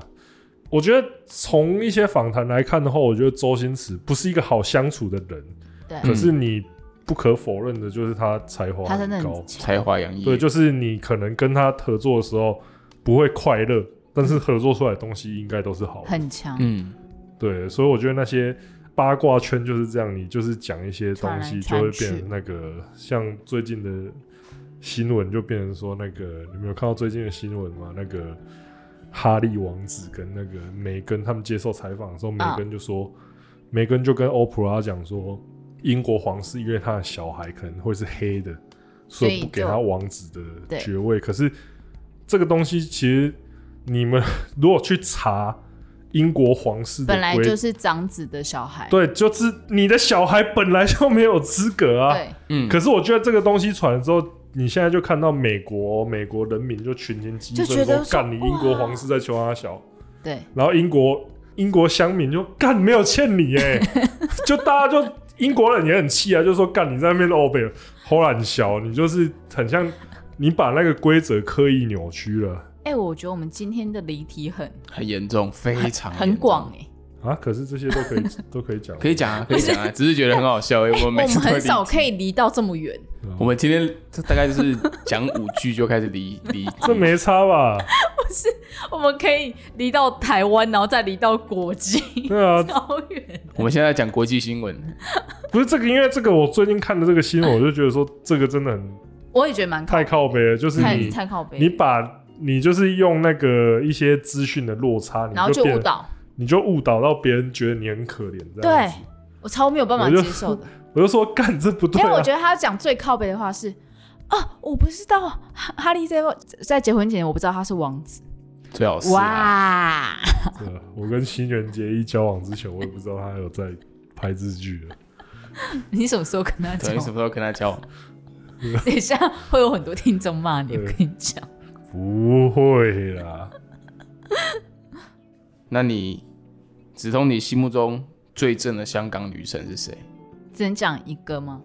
我觉得从一些访谈来看的话，我觉得周星驰不是一个好相处的人，对，可是你不可否认的就是他才华嗯他真的很高很，强，才华洋溢。对，就是你可能跟他合作的时候不会快乐，但是合作出来的东西应该都是好的。很强，嗯，对，所以我觉得那些八卦圈就是这样，你就是讲一些东传来西就传会变去成那个，像最近的新闻就变成说那个，你们有看到最近的新闻吗？那个哈利王子跟那个梅根他们接受采访的时候，梅啊根就说，梅根就跟欧普拉讲说，英国皇室因为他的小孩可能会是黑的，所所以以不给就他王子的对爵位。可是这个东西其实你们 如果去查英国皇室的本来就规是长子的小孩，对，就是你的小孩本来就没有资格啊。对嗯，可是我觉得这个东西传了之后，你现在就看到美国哦美国人民就群情激就觉愤，得说说干你英国哇皇室在求他小，对然后英国英国乡民就干没有欠你 哎、就大家就英国人也很气啊，就说干你在那边欧北偷懒小，你就是很像你把那个规则刻意扭曲了哎、我觉得我们今天的离题很很严重，非常很严重广哎、啊。可是这些都可以 都可以讲，可以讲啊，可以讲 啊，只是觉得很好笑而已。我我们每们次都会很离少可以离到这么远，嗯我们今天这大概就是讲五句就开始离离， 这没差 吧？我们可以离到台湾，然后再离到国际，对啊，超远。我们现在讲国际新闻，不是这个，因为这个我最近看的这个新闻，我就觉得说这个真的很我也觉得蛮太靠背了，就是太你太靠背，你把你就是用那个一些资讯的落差，然后你就变误导，你就误导到别人觉得你很可怜这样对子。我超没有办法我就接受的，我就说干这不对、因为啊，我觉得他讲最靠背的话是。啊，我不知道哈哈利在在结婚前，我不知道他是王子。最好是啊，哇，对啊我跟新垣结衣交往之前，我也不知道他有在拍日剧了。你什么时候跟他对，讲你？什么时候跟他交往？等一下会有很多听众骂你，对我跟你讲。不会啦，那你直通你心目中最正的香港女神是谁？只能讲一个吗？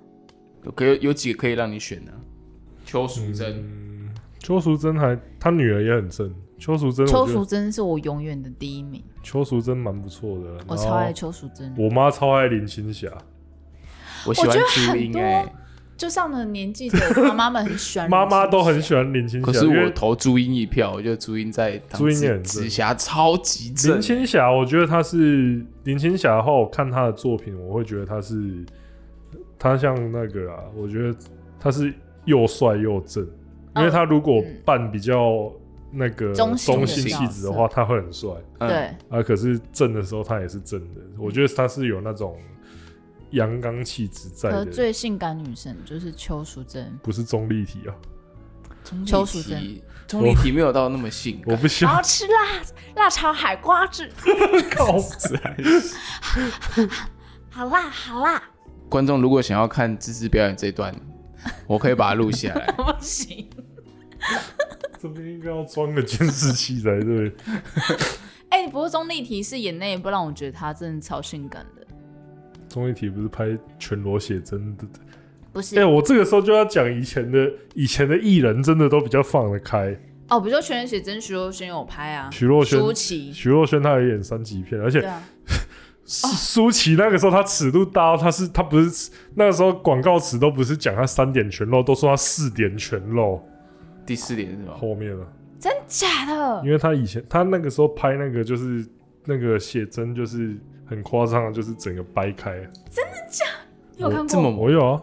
有可有有几个可以让你选呢？邱淑贞，嗯，邱淑贞还她女儿也很正，邱淑贞，邱我觉淑得贞是我永远的第一名，邱淑贞蛮不错的。我然后超爱邱淑贞。哦我妈超爱林青霞，我喜欢我觉得朱茵很多哎，就上了年纪的妈妈们 很喜欢林青妈霞，妈都很喜欢林青可霞，是因我为投朱茵一票，我觉得朱茵在当朱茵紫也很正紫霞超级正林，青霞，我觉得她是林青霞的话，我看她的作品，我会觉得她是她像那个啊，我觉得她是又帅又正，因为她如果嗯扮比较那个中哦嗯中性的性气角质色的话，她会很帅嗯，对，啊。可是正的时候，她也是正的，我觉得她是有那种阳刚气质在可是的，最性感女神就是邱淑贞， 不是中立体啊，邱淑贞。钟丽缇没有到那么啊性我感，不喜欢吃辣辣炒海瓜子，靠。 好辣好辣，观众如果想要看芝芝表演这 段，我可以把它录下来。不行。这边应该要装个监视器才对。哎、不过钟丽缇是演那一部让我觉得她真的超性感的，综艺体不是拍全裸写真的不哎、是？我这个时候就要讲以前的以前的艺人，真的都比较放得开。哦，比如说《全员写真》，徐若瑄有拍啊，徐若瑄舒淇，徐若瑄她也演三级片，而对且啊，舒舒淇那个时候她尺度大到，她是她不是那个时候广告词都不是讲她三点全露，都说她四点全露。第四点是什么？后面了，真假 的因？为她以前她那个时候拍那个就是那个写真就是很夸张的，就是整个掰开。你有看这么过？猛，我有啊，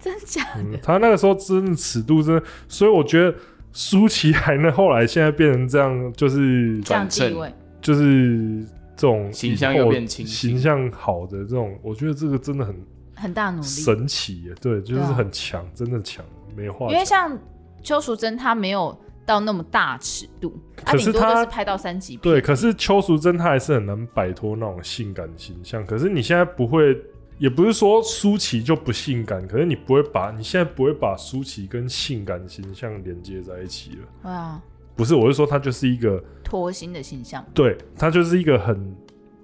真假？嗯，他那个时候真的尺度真的，所以我觉得舒淇还能后来现在变成这样，就是这转样地正位，就是这种形象以后又变清晰形象好的这种，我觉得这个真的很很大努力。神奇耶，对，就是对啊很强，真的强，没话因为讲。像邱淑贞，她没有到那么大尺度，她可顶是多就她是拍到三级片。对，可是邱淑贞她还是很难摆脱那种性感形象。可是你现在不会，也不是说舒淇就不性感，可是你不会把你现在不会把舒淇跟性感形象连接在一起了。对啊，不是，我是说她就是一个，脱星的形象，对她就是一个很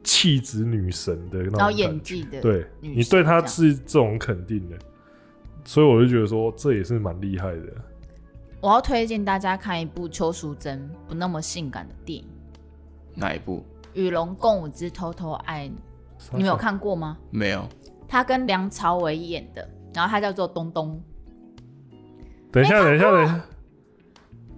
气质女神的那种然后感演觉技的，，对女你性对他这样是这种肯定的，所以我就觉得说这也是蛮厉害的。我要推荐大家看一部邱淑贞不那么性感的电影，哪一部？与龙共舞之偷偷爱你》，你们有？看过吗？没有，他跟梁朝伟演的，然后他叫做东东，等一下，等一下，等一下。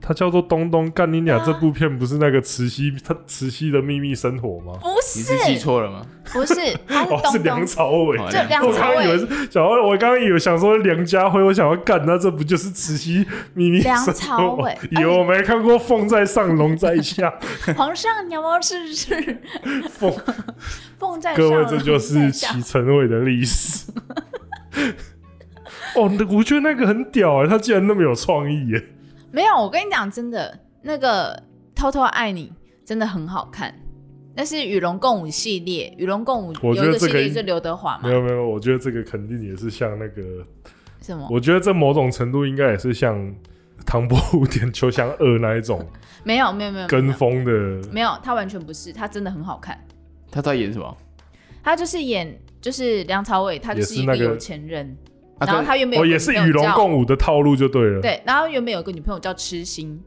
它叫做《东东干你俩》这部片不是那个慈禧啊她慈禧的秘密生活吗？不你是是记错了吗？不是，他 是哦，是东梁东，朝伟。啊哦就梁我朝刚刚以为伟。是想要，我刚刚以为想说梁家辉，我想要干，那这不就是慈禧秘密梁生朝活吗伟以为我没看过凤在上，龙在下。皇上娘要试试， 凤，凤在各上位，龙这就是在下齐成伟的历史。哦，那我觉得那个很屌哎、他竟然那么有创意欸耶、没有，我跟你讲，真的，那个《偷偷爱你》真的很好看。那是与龙共舞系列，与龙共舞我觉得有一个这系个列应是刘德华嘛没？有没有，我觉得这个肯定也是像那个什么？我觉得这某种程度应该也是像《唐伯虎点秋香二》那一 种没有没有没有没有跟风的，没有，他完全不是，他真的很好看。他在演什么？他就是演就是梁朝伟，他就也是一个那个有钱人，啊，然后对他原本哦，有个也是女朋与友龙叫共舞的套路就对了。，呃对，然后原本有个女朋友叫痴心，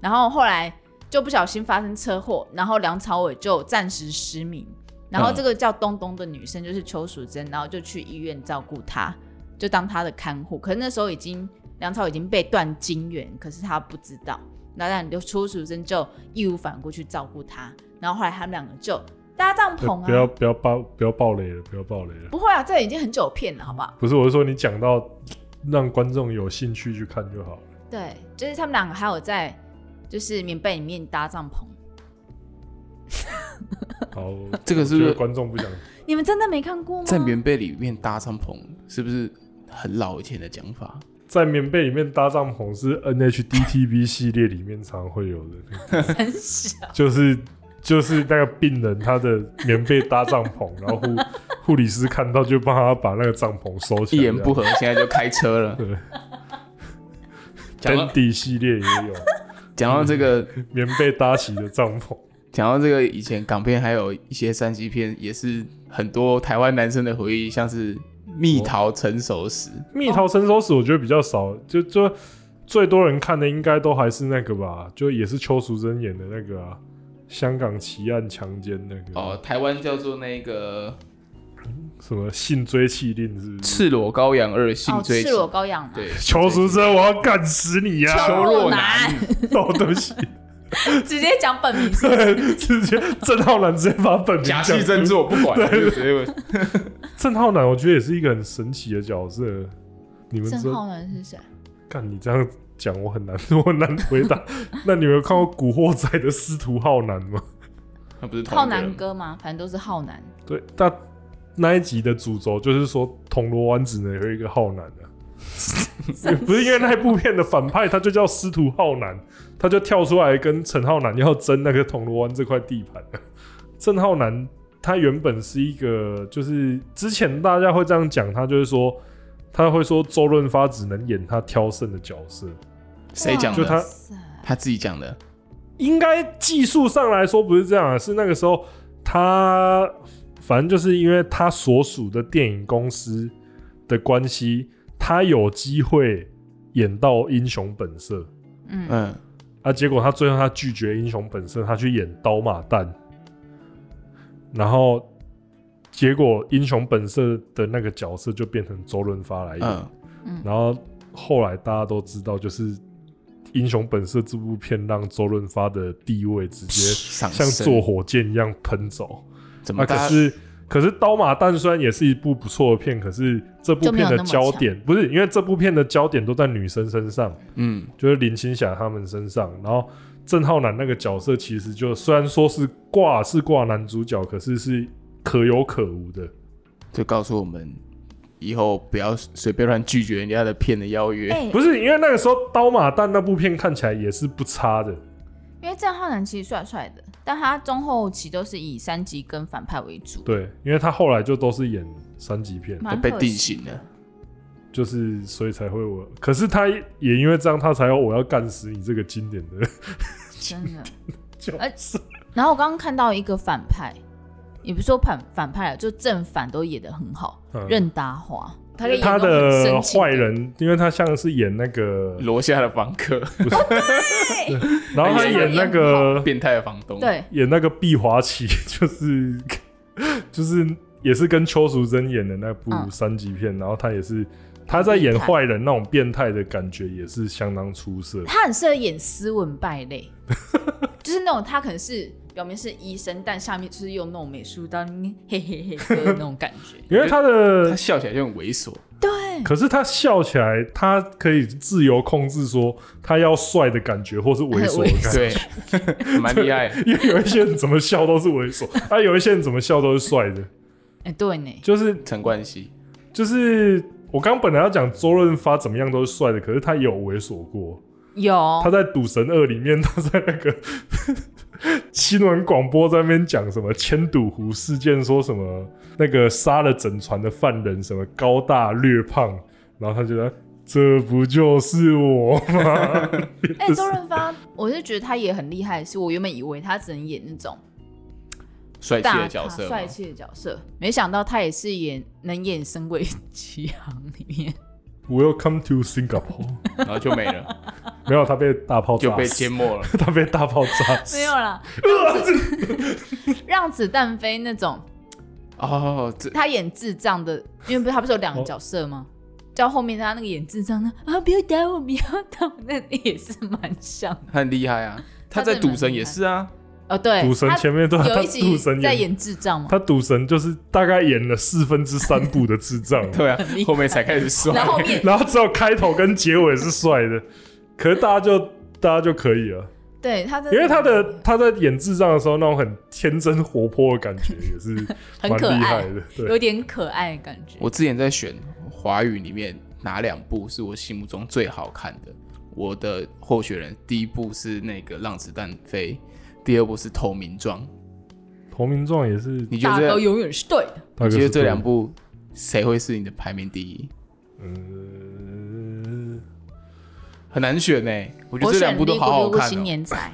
然后后来就不小心发生车祸，然后梁朝伟就暂时失明，然后嗯这个叫东东的女生就是邱淑贞，然后就去医院照顾她，就当她的看护。可是那时候已经梁朝伟已经被断筋源，可是他不知道，那但刘邱淑贞就义无反顾去照顾他，然后后来他们两个就搭帐篷不要啊，不要爆不要爆雷了，不要爆雷了。不会啊，这已经很久片了，好不好？不是，我是说你讲到让观众有兴趣去看就好了。对，就是他们两个还有在就是棉被里面搭帐篷。好，这个我 是觉不得是观众不想你们真的没看过吗？在棉被里面搭帐篷，是不是很老以前的讲法？在棉被里面搭帐篷是 NHDTV 系列里面常会有的，很小，就是就是那个病人他的棉被搭帐篷，然后护护理师看到就帮他把那个帐篷收起一来，言不合现在就开车了。 对。讲到 Dandy 系列也有讲到这个，棉被搭起的帐篷，讲到这个，以前港片还有一些三级片，也是很多台湾男生的回忆，像是《蜜桃成熟时》蜜桃成熟史我觉得比较少，就就最多人看的应该都还是那个吧，就也是邱淑贞演的那个、啊、香港奇案强奸那个哦，台湾叫做那个什么性追气令是不《是？赤裸羔羊二：性哦，追赤记》裸羔羊嘛，对，邱淑贞，我要干死你呀、邱邱啊！若若男男哦，对不起，直接讲本名是不 是直接郑浩南直接把本名 假讲戏出真。做，不 管。就直接问郑浩南，我觉得也是一个很神奇的角色。你们知郑道浩南 是谁？干你这样讲，我很难，我很难回 答。那你们有看过《古惑仔》的司徒浩南吗？他不是同一浩个人南哥吗？反正都是浩南。对，但那一集的主轴就是说，铜锣湾只能有一个浩南啊。不是因为那一部片的反派他就叫司徒浩南，他就跳出来跟陈浩南要争那个铜锣湾这块地盘啊。郑浩南他原本是一个，就是之前大家会这样讲，他就是说他会说周润发只能演他挑剩的角色，谁讲就的？他哇塞他自己讲的。应该技术上来说不是这样啊，是那个时候他反正就是因为他所属的电影公司的关系，他有机会演到《英雄本色》嗯，嗯，啊，结果他最后他拒绝《英雄本色》，他去演《刀马旦》，然后结果《英雄本色》的那个角色就变成周润发来演，嗯，然后后来大家都知道就是。《英雄本色》这部片让周润发的地位直接上像升坐火箭一样喷走。怎啊，么可大家？是可是《刀马旦》虽然也是一部不错的片，可是这部片的焦点不是因为这部片的焦点都在女生身上，嗯，就是林青霞她们身上，然后郑浩南那个角色其实就虽然说是挂是挂男主角，可是是可有可无的。就告诉我们以后不要随便乱拒绝人家的片的邀约。哎，不是因为那个时候《刀马旦》那部片看起来也是不差的，因为郑浩南其实帅帅的，但他中后期都是以三级跟反派为主，对，因为他后来就都是演三级片，蛮被可定惜。型了，就是所以才会我，可是他也因为这样，他才有我要干死你这个经典的真 的。角哎色。然后我刚刚看到一个反啊派，也不是说反反派了，就正反都演的很好，嗯任达华。他 可以演他那种很的深情坏人，因为他像是演那个，楼下的房客，然后他他演演那得个变态的房东，，对，演那个毕华 奇，就是就是也是跟邱淑贞演的那部嗯三级片，然后他也是他在演变态坏人那种变态的感觉，也是相当出色。。他很适合演斯文败类， 就是那种他可能是表面是医生，但下面就是用那种美术刀嘿嘿嘿哥的那种感觉因为他的他笑起来就很猥琐， 对，可是他笑起来，他可以自由控制说他要帅的感觉，或是猥琐的感觉。对，蛮厉害的。因为有一些人怎么笑都是猥琐，啊，有一些人怎么笑都是帅的，哎、对呢，就是陈冠希，就是。我刚本来要讲周润发怎么样都是帅的，可是他也有猥琐过。有他在《赌神二》里面，他在那个 新闻广播在那边讲什么千赌湖事件，说什么那个杀了整船的犯人，什么高大略胖，然后他觉得这不就是我吗？ 哎、周润发，我是觉得他也很厉害，是我原本以为他只能演那种帅气大的角色咖嘛，帅气的角色，没想到他也是演能演《神 鬼奇航》里面。 Welcome to Singapore 。然后就没了，没有，他被大炮就炸被死淹，没了。他被大炮炸死。没有啦，让子让子 弹飞那种，哦，这他演智障的，因为不是他不是有两个角色吗？叫后面他那个演智障的啊，不要打我，不要打我，那也是蛮像的他很厉害啊，他他在真的赌蛮神厉也害是啊，哦。对，赌神他前面都他有一赌集神在演，演智障嘛，他赌神就是大概演了四分之三部的智障，对啊厉，后面才开始然帅后。后面然后只有开头跟结尾是帅的，可是大家就大家就可以了，对他的，因为他的他在演智障的时候那种很天真活泼的感觉也是 很蛮可厉害爱，的，对，有点可爱的感觉。我之前在选华语里面哪两部是我心目中最好看的，我的候选人第一部是那个《让子弹飞》，第二部是《投名状》。投名状也是，你觉大哥得永远是对的，大概你觉是得这两部谁会是你的排名第一？呃嗯，很难选呢、我觉我得这两选部都立好好国看、新哦。年财，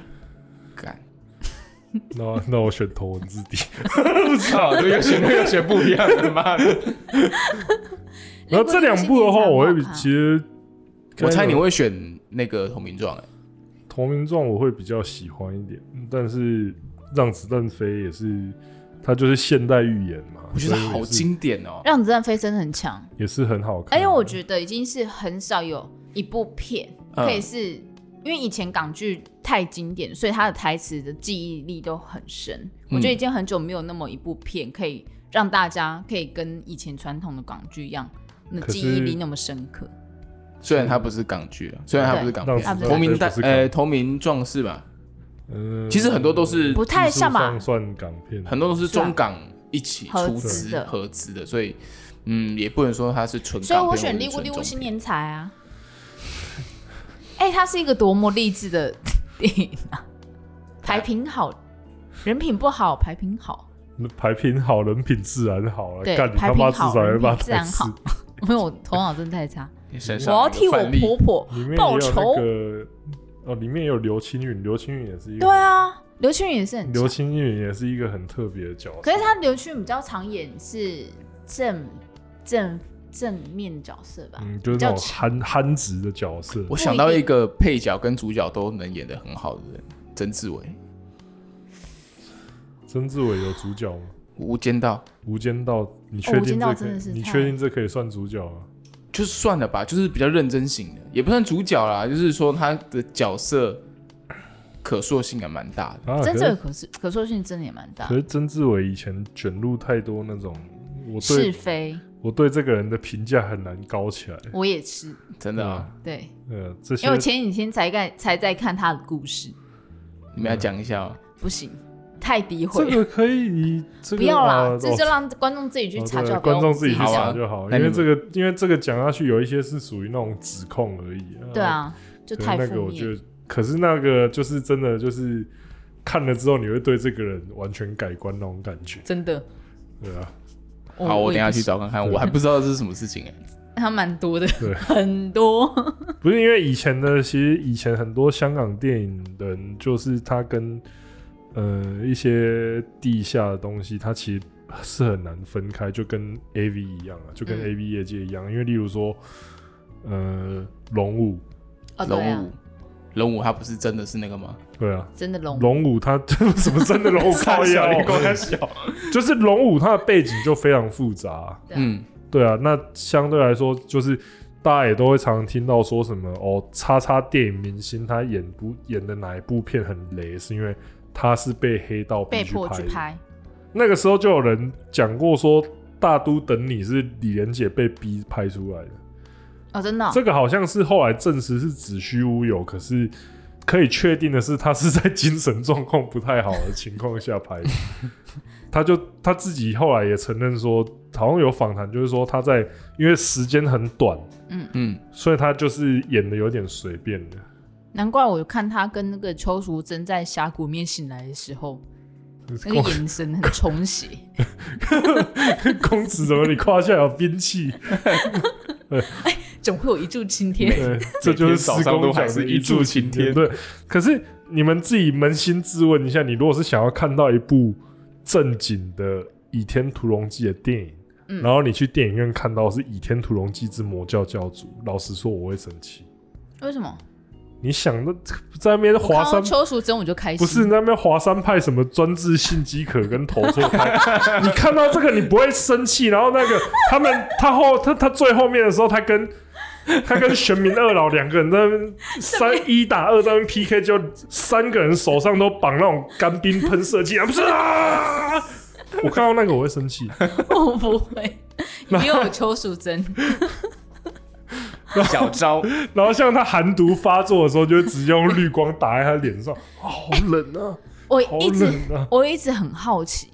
干，那那我选头文字 D，不知道，这个选那个选不一样的，妈的！然后这两部的话，我会比其实我猜你会选那个《投名状》哎，投名状我会比较喜欢一点，嗯但是让子弹飞也是，它就是现代预言嘛，我觉得所以也好是，经典哦、让子弹飞真的很强。也是很好看。而且哎我觉得已经是很少有一部片嗯可以是、因为以前港剧太经典，所以它的台词的记忆力都很深。我觉得已经很久没有那么一部片可以让大家可以跟以前传统的港剧一样，那可是记忆力那么深刻。虽然它不是港剧啊，虽然它不是港对片，它不是投名港大不是港呃投名状是吧？嗯其实很多都是不啊太像吧技术上算港片，很多都是中港一起出资是啊合资的，所以嗯也不能说它是纯港所以片或我者是选《纯利物利物中新片年财》啊。哎、它是一个多么励志的电影啊！排评好，人品不好，排评好。排品好，人品自然好了。对干你排他品妈好至少会把人品自然好台词因为我头脑真的太差，你身我上要有替我范例婆婆里面也报有仇那。个哦，里面有刘青云，刘青云也是一个，对，啊，刘青云也是很刘强，青云也是一个很特别的角色。可是他刘青云比较常演是正正正面角色吧？嗯，就是比较那种憨憨直的角色。我想到一个配角跟主角都能演的很好的人，曾志伟，《曾志伟有主角吗？无间道》无间道，你哦确定无间这道可真的以？是你太确定这可以算主角吗？就算了吧，就是比较认真型的，也不算主角啦，就是说他的角色可塑性也蛮大的。啊，曾可志伟是可是可塑性真的也蛮大可，是曾志伟以前卷入太多那种，我是对非我对这个人的评价很难高起来。我也是，真的啊，对，呃，这些因为我前几天才看才在看他的故事，你们要讲一下哦。不行，太诋这毁了，个可 以，这个不要啦啊，这哦就让观众自己去哦查对就好，不要观众我自己去好查啊讲就好，那因你为们这个因为这个讲下去有一些是属于那种指控而已。对，啊，就可是太哦那个负我觉面。得，可是那个就是真的就是看了之后，你会对这个人完全改观那种感觉，真的，对啊，好，我哦也等一下不去行，找看看，对我还不知道这是什么事情哎、他蛮多的对， 很多。不是因为以前的，其实以前很多香港电影人，就是他跟呃一些地下的东西，他其实是很难分开，就跟 A V 一样啊，就跟嗯 A V 业界一样，因为例如说，呃，龙舞，哦，对龙啊舞，，龙舞它不是真的是那个吗？对啊，真的龙舞，龙舞它 什么真的龙舞傻靠小腰你管他小，就是龙舞它的背景就非常复杂啊、对啊嗯，对啊，那相对来说，就是大家也都会常常听到说什么哦，叉叉电影明星他演不演的哪一部片很雷，是因为他是被黑道逼被迫去的。拍，那个时候就有人讲过说，《大都等你》是李连杰被逼拍出来的。哦，真的哦，这个好像是后来证实是子虚乌有，可是可以确定的是，他是在精神状况不太好的情况下拍的。他就他自己后来也承认说，好像有访谈，就是说他在因为时间很短，嗯，所以他就是演的有点随便的。难怪我看他跟那个邱淑贞在峡谷里面醒来的时候，那个眼神很充血， 公子怎么你胯下有兵器？总会有一柱擎天。对， 这就是早上都还是一柱擎天对，可是你们自己扪心自问一下，你如果是想要看到一部正经的《倚天屠龙记》的电影，嗯然后你去电影院看到是《倚天屠龙记之魔教教主》，老实说我会生气。为什么？你想的在那边我华看到山邱淑贞我就开心，不是那边华山派什么专制性饥渴跟投错派，你看到这个你不会生气，然后那个他们他后他他最后面的时候，他跟他跟玄冥二老两个人在那边三一打二在那边 PK，就三个人手上都绑那种干冰喷射器，啊不是啊！ 我看到那个我会生气，我不会，因为我有邱 淑贞，小招，然后像他寒毒发作的时候，就会直接用绿光打在他脸上，啊好冷啊，我好一直冷啊！我一直很好奇，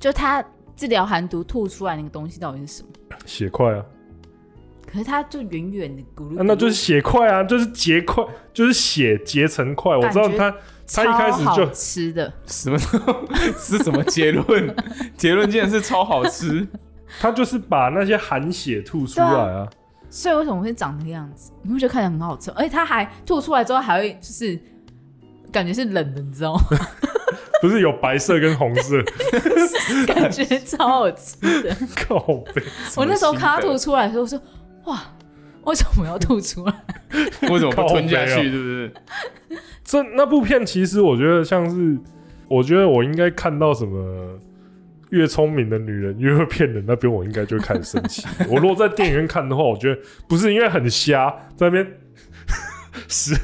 就他治疗寒毒吐出来那个东西到底是什么？血块啊，可是他就远远的咕噜咕噜、啊那就是血块啊，就是结块，就是血结成块。我知道感觉他，他一开始超就好吃的， 什么都是什么结论？ 结论竟然是超好吃，他就是把那些含血吐出来啊。所以为什么会长那个样子？你会觉得看起来很好吃，而且他还吐出来之后还会就是感觉是冷的，你知道 吗？不是有白色跟红 色，感觉超好吃的。靠背， 我那时候看他吐什出来的时候，我说哇，为什么要吐 出来？么心得为什么不吞靠下哦去？北是不是？这那部片其实我觉得像是，我觉得我应该看到什么。越聪明的女人越会骗人，那边我应该就会开始生 气。我如果在电影院看的话，我觉得不是因为很瞎，在那边 施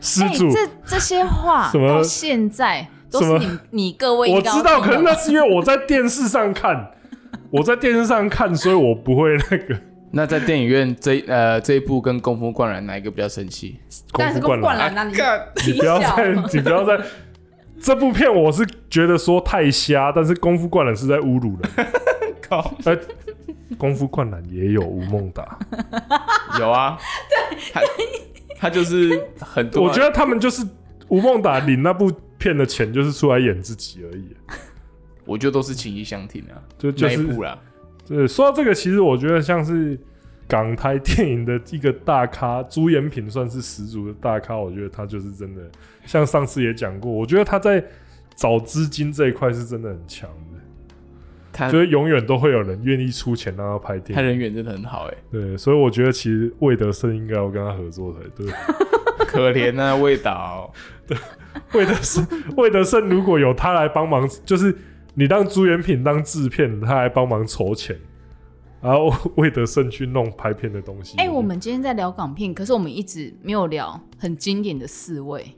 施哎，主、这这些话什么到现在都什是么你你各位我应该要知道，听可的是那是因为我在电视上看，我在电视上看，所以我不会那个那在电影院这一呃这一部跟《功夫灌篮》哪一个比较生气？ 但功是夫跟灌灌篮。篮那里啊干你不要再，你不要再。这部片我是觉得说太瞎，但是功夫灌篮是在侮辱人。 靠！呃，功夫灌篮也有吴孟 达，有 啊，他他就是很多啊，我觉得他们就是吴孟达领那部片的钱，就是出来演自己而已。我觉得都是情意相挺啊，就就那是一部啦。对，说到这个，其实我觉得像是港台电影的一个大咖，朱延平算是十足的大咖。我觉得他就是真的，像上次也讲过，我觉得他在找资金这一块是真的很强的，他就是永远都会有人愿意出钱让他拍电他影。人缘真的很好哎、对，所以我觉得其实魏德胜应该要跟他合作才对。可怜啊，味道。魏德胜，魏德胜如果有他来帮忙，就是你让朱元品当制片，他来帮忙筹钱，然后魏德胜去弄拍片的东西。哎、我们今天在聊港片，可是我们一直没有聊很经典的四位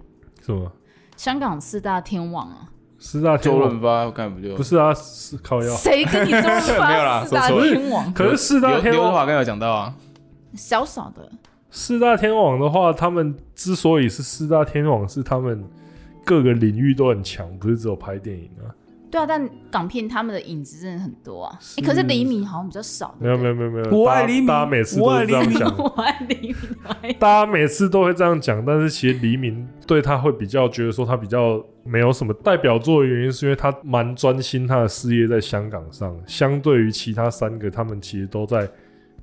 什么？香港四大天王啊。四大天周润王发干不就哎不是啊，是靠腰。谁跟 你这么没有发啦四大说错了天王？可是四大刘天刘德王，华刚有讲到啊，小小的，四大天王的话，他们之所以是四大天王，是他们各个领域都很强，不是只有拍电影啊。对啊，但港片他们的影子真的很多啊。是哎、可是黎明好像比较少，没有没有，有没有没有，我大爱黎明大家每次都是这样对不对讲， 我爱黎明，我爱大家每次都会这样讲，但是其实黎明对他会比较觉得说他比较没有什么代表作的原因，是因为他蛮专心他的事业在香港上，相对于其他三个，他们其实都在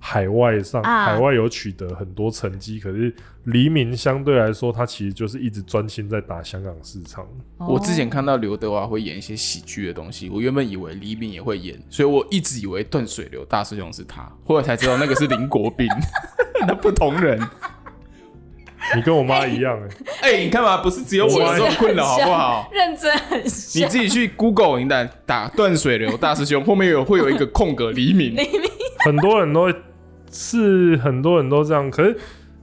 海外上、啊海外有取得很多成绩，可是黎明相对来说，他其实就是一直专心在打香港市场。哦我之前看到刘德华会演一些喜剧的东西，我原本以为黎明也会演，所以我一直以为断水流大师兄是他，后来才知道那个是林国斌， 那不同人。你跟我妈一样、欸，哎、你看嘛，不是只有我有这种困扰，好不好？认真很像你自己去 Google，你打打断水流大师兄，后面有会有一个空格黎明，很多人都会是很多人都这样。可是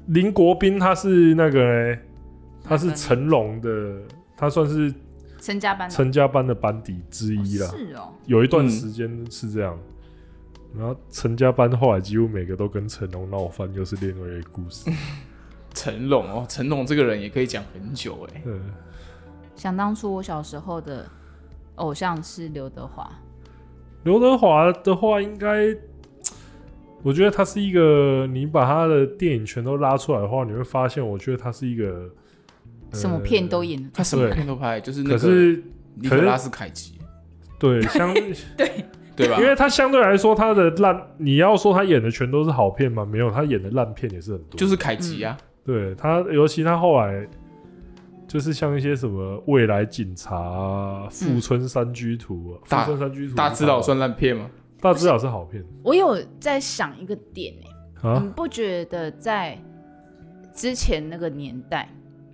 林国斌他是那个嘞，他是成龙的，他算是陈家班的陈家班的班底之一啦。是哦，有一段时间是这样。然后陈家班后来几乎每个都跟成龙闹翻，又是另外一个故 事。成龙哦，成龙这个人也可以讲很久哎、嗯，想当初我小时候的偶像是刘德华，刘德华的话，应该我觉得他是一个，你把他的电影全都拉出来的话，你会发现，我觉得他是一个、呃什么片都。演他得什么对片都拍，就是那可个是尼可拉斯凯奇，对 相，对吧因？为他相对来说他的烂，你要说他演的全都是好片吗？没有，他演的烂片也是很多。就是凯奇啊，对他，尤其他后来就是像一些什么未来警察、啊、富春山居图、啊、嗯大富春山居图，大智老算烂片吗？大智老是好片我有在想一个点呢、啊你，不觉得在之前那个年代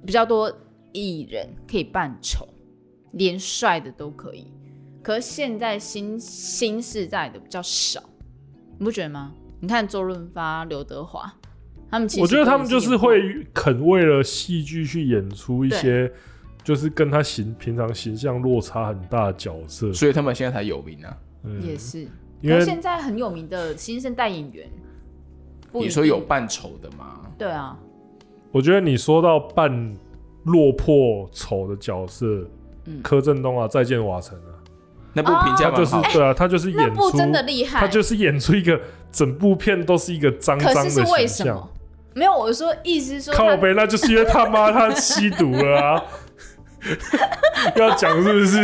比较多艺人可以扮丑，连帅的都可以，可是现在新新世代的比较少，你不觉得吗？你看周润发、刘德华，他们其实我觉得他们就是演会肯为了戏剧去演出一些。就是跟他形平常形象落差很大的角色，所以他们现在才有名啊。嗯过也是，因可为是现在很有名的新生代演员，不一你定说有扮丑的吗？对啊，我觉得你说到扮落魄丑的角色，嗯柯震东啊，再见瓦城啊，那部评价他就蛮是好，对啊，他就是哎那演部出真的厉害，他就是演出一个整部片都是一个脏可脏的是是为形什象么。？没有，我是说意思是说靠他北，那就是因为他妈他吸毒了啊！要讲是不 是？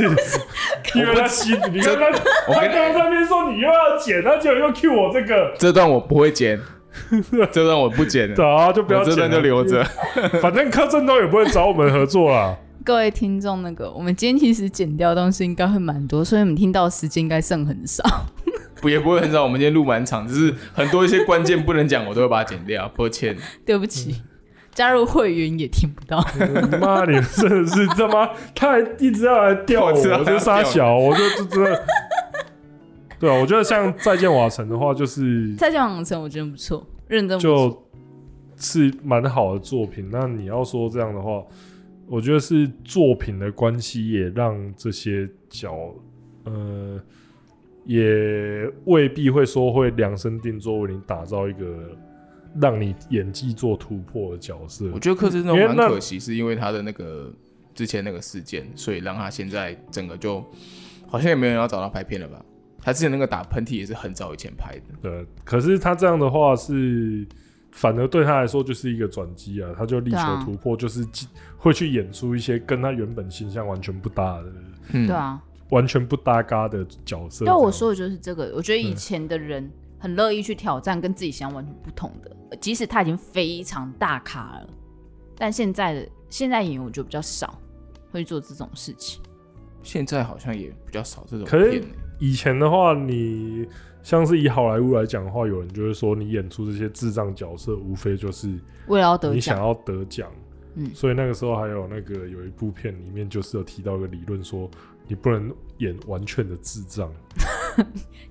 因为他吸毒，你看他，我他跟刚刚在那边说你又要剪，他结果又 cue 我这个，这段我不 会剪，这段我不剪，走啊，就不要我这剪了，段就留着。反正柯震东也不会找我们合作啊啦。各位听众，那个我们今天其实剪掉的东西应该会蛮多，所以我们听到的时间应该剩很少。 不也不会很少。我们今天录满场，只是很多一些关键不能讲，我都会把它剪掉，抱歉。对不起，加入会员也听不 到。妈，你真的是他妈，他还一直要来吊我，我知道我就他傻要吊小，我就就真的。对啊，我觉得像《再见瓦城》的话，就是再讲网城，我觉得不错，认真不错。就是蛮好的作品。那你要说这样的话，我觉得是作品的关系，也让这些角，呃，也未必会说会量身定做为你打造一个让你演技做突破的角色。我觉得柯震东因为蛮那可惜，是因为他的那个之前那个事件，所以让他现在整个就好像也没有人要找他拍片了吧？他之前那个打喷嚏也是很早以前拍的，对，可是他这样的话是，反而对他来说就是一个转机啊，他就力对求啊突破，就是进会去演出一些跟他原本形象完全不搭的、嗯，对，啊，完全不搭嘎的角色。对啊我，说的就是这个。我觉得以前的人很乐意去挑战跟自己想完全不同的，即使他已经非常大咖了，但现在的现在演员我觉得比较少会做这种事情。现在好像也比较少这种可是片、欸。以前的话，你像是以好莱坞来讲的话，有人就会说你演出这些智障角色，无非就是为了要得你想奖，要得奖。嗯所以那个时候还有那个有一部片里面就是有提到一个理论说，你不能演完全的智障。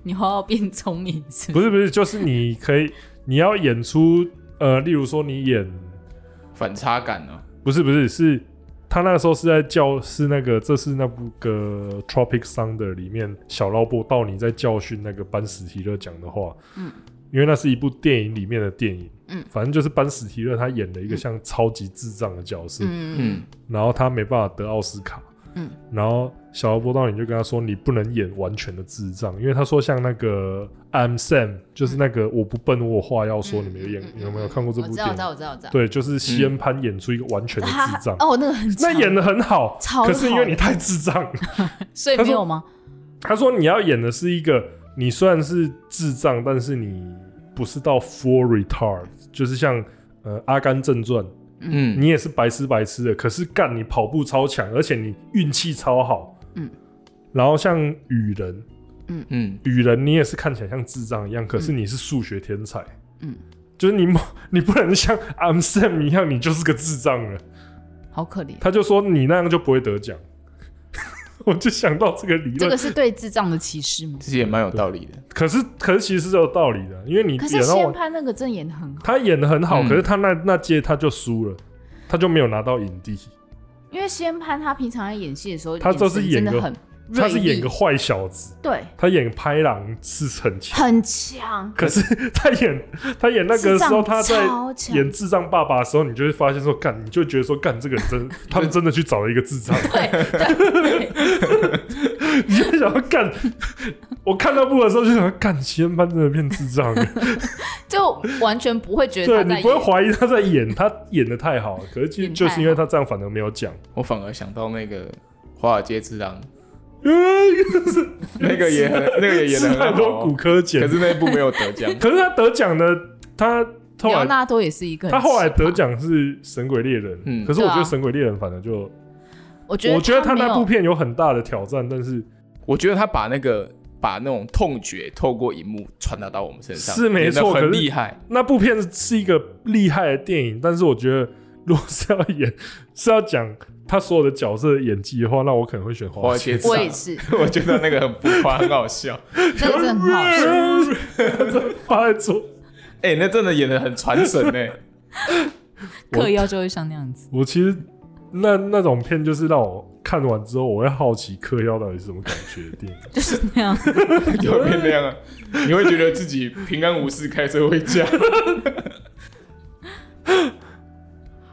你好好变聪明是不不是？是不是，就是你可以，你要演出，呃，例如说你演，反差感啊呢、不是不是，是他那时候是在教，是那个，这是那部个《Tropic Thunder》里面小劳勃道尼在教训那个班史提勒讲的话，嗯，因为那是一部电影里面的电影，嗯反正就是班史提勒他演了一个像超级智障的角色，嗯，嗯，然后他没办法得奥斯卡，嗯，然后小罗伯道你就跟他说，你不能演完全的智障，因为他说像那个 I'm Sam，就是那个我不笨，我有话要说，你们有演、嗯嗯嗯嗯有没有看过这部我知电道，影？我知道，我知道，我知道。对，就是西恩潘演出一个完全的他智障，嗯哦，那个很那长演的很好，超可是因为好你太智障， 所以他没说有吗？他说你要演的是一个你虽然是智障，但是你不是到 full retard，就是像呃《阿甘正传》，嗯，你也是白吃白吃的，可是干你跑步超强，而且你运气超好，嗯。然后像雨人，嗯雨人你也是看起来像智障一样，可是你是数学天才，嗯，就是你某你不 能像 I'm Sam 一样，你就是个智障了。好可怜。他就说你那样就不会得奖， 我就想到这个理论，这个是对智障的歧视吗？其实也蛮有道理的。可是可是其实是有道理的，因为你可演是到谢我盼那个真的演的很好，他演的很好，嗯可是他那那届他就输了，他就没有拿到影帝，因为谢盼他平常在演戏的时候，他都是眼神演真个的很锐他是演利个坏小子，对他演拍狼是很强，很强，可是他演他演那个智时候障他在。超强演智障爸爸的时候，你就会发现说，干，你就觉得说，干这个人真，他们真的去找了一个智障， 对对对，你就想要干。我看到部的时候就想要干，西恩班真的变智障了。就完全不会觉得对他你在不会演。怀疑他在演，他演的太好了。可是就演太就是因为好他这样，反而没有讲。我反而想到那个华尔街之 狼，嗯，那个也啊很，那个也演吃的很很多 好骨哦，科碱。可，是那一部没有得奖可是他得奖的，他后莱来纳多也是一个，他后来得，奖是《神鬼猎人》，嗯可是我觉得对《啊神鬼猎人》反正就，我觉得我觉得他没那有部片有很大的挑战，但是我觉得他把那个把那种痛觉透过荧幕传达到我们身上，是没演得错可很是厉害。 那部片是一个厉害的电影，但是我觉得如果是要演 是要讲他所有的角色的演技的话，那我可能会选华华尔街之我也狼，是，我觉得那个很浮夸，很好笑。那 个真的很 好笑。趴在桌哎，那真的演的很传神呢。我嗑药就会像那样子，我其实那那种片就是让我看完之后，我会好奇嗑药到底是什么感觉的电影。就是那样。有变那样啊，你会觉得自己平安无事开车回家。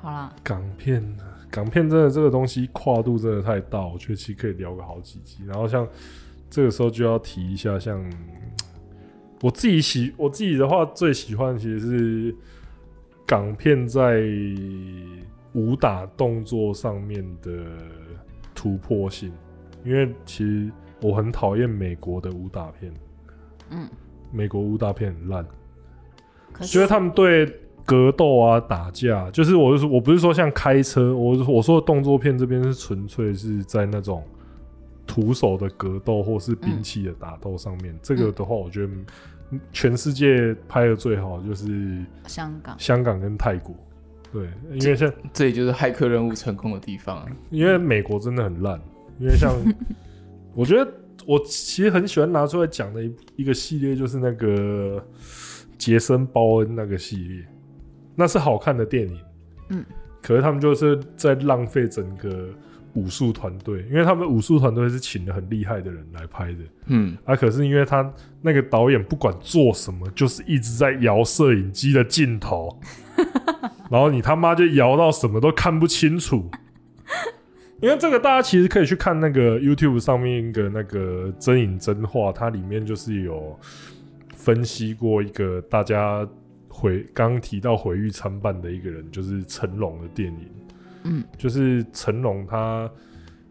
好啦，港片呢，港片真的这个东西跨度真的太大，我觉得其实可以聊个好几集。然后像这个时候就要提一下，像我自己喜我自己的话，最喜欢其实是港片在武打动作上面的突破性，因为其实我很讨厌美国的武打片，嗯，美国武打片很烂。可觉得是他们对格斗啊、打架，就是我是说我不是说像开车，我我说的动作片这边是纯粹是在那种徒手的格斗或是兵器的打斗上嗯面。这个的话，我觉得嗯全世界拍的最好就是香港香港跟泰国。对，因为像这里就是骇客任务成功的地方、啊。因为美国真的很烂，因为像我觉得我其实很喜欢拿出来讲的一一个系列就是那个杰森鲍恩那个系列，那是好看的电影，嗯，可是他们就是在浪费整个武术团队，因为他们武术团队是请了很厉害的人来拍的，嗯，啊，可是因为他那个导演不管做什么，就是一直在摇摄影机的镜头，然后你他妈就摇到什么都看不清楚。因为这个，大家其实可以去看那个 YouTube 上面一个那个真影真话，它里面就是有分析过一个大家回刚刚提到毁誉参半的一个人，就是成龙的电影。嗯，就是成龙他，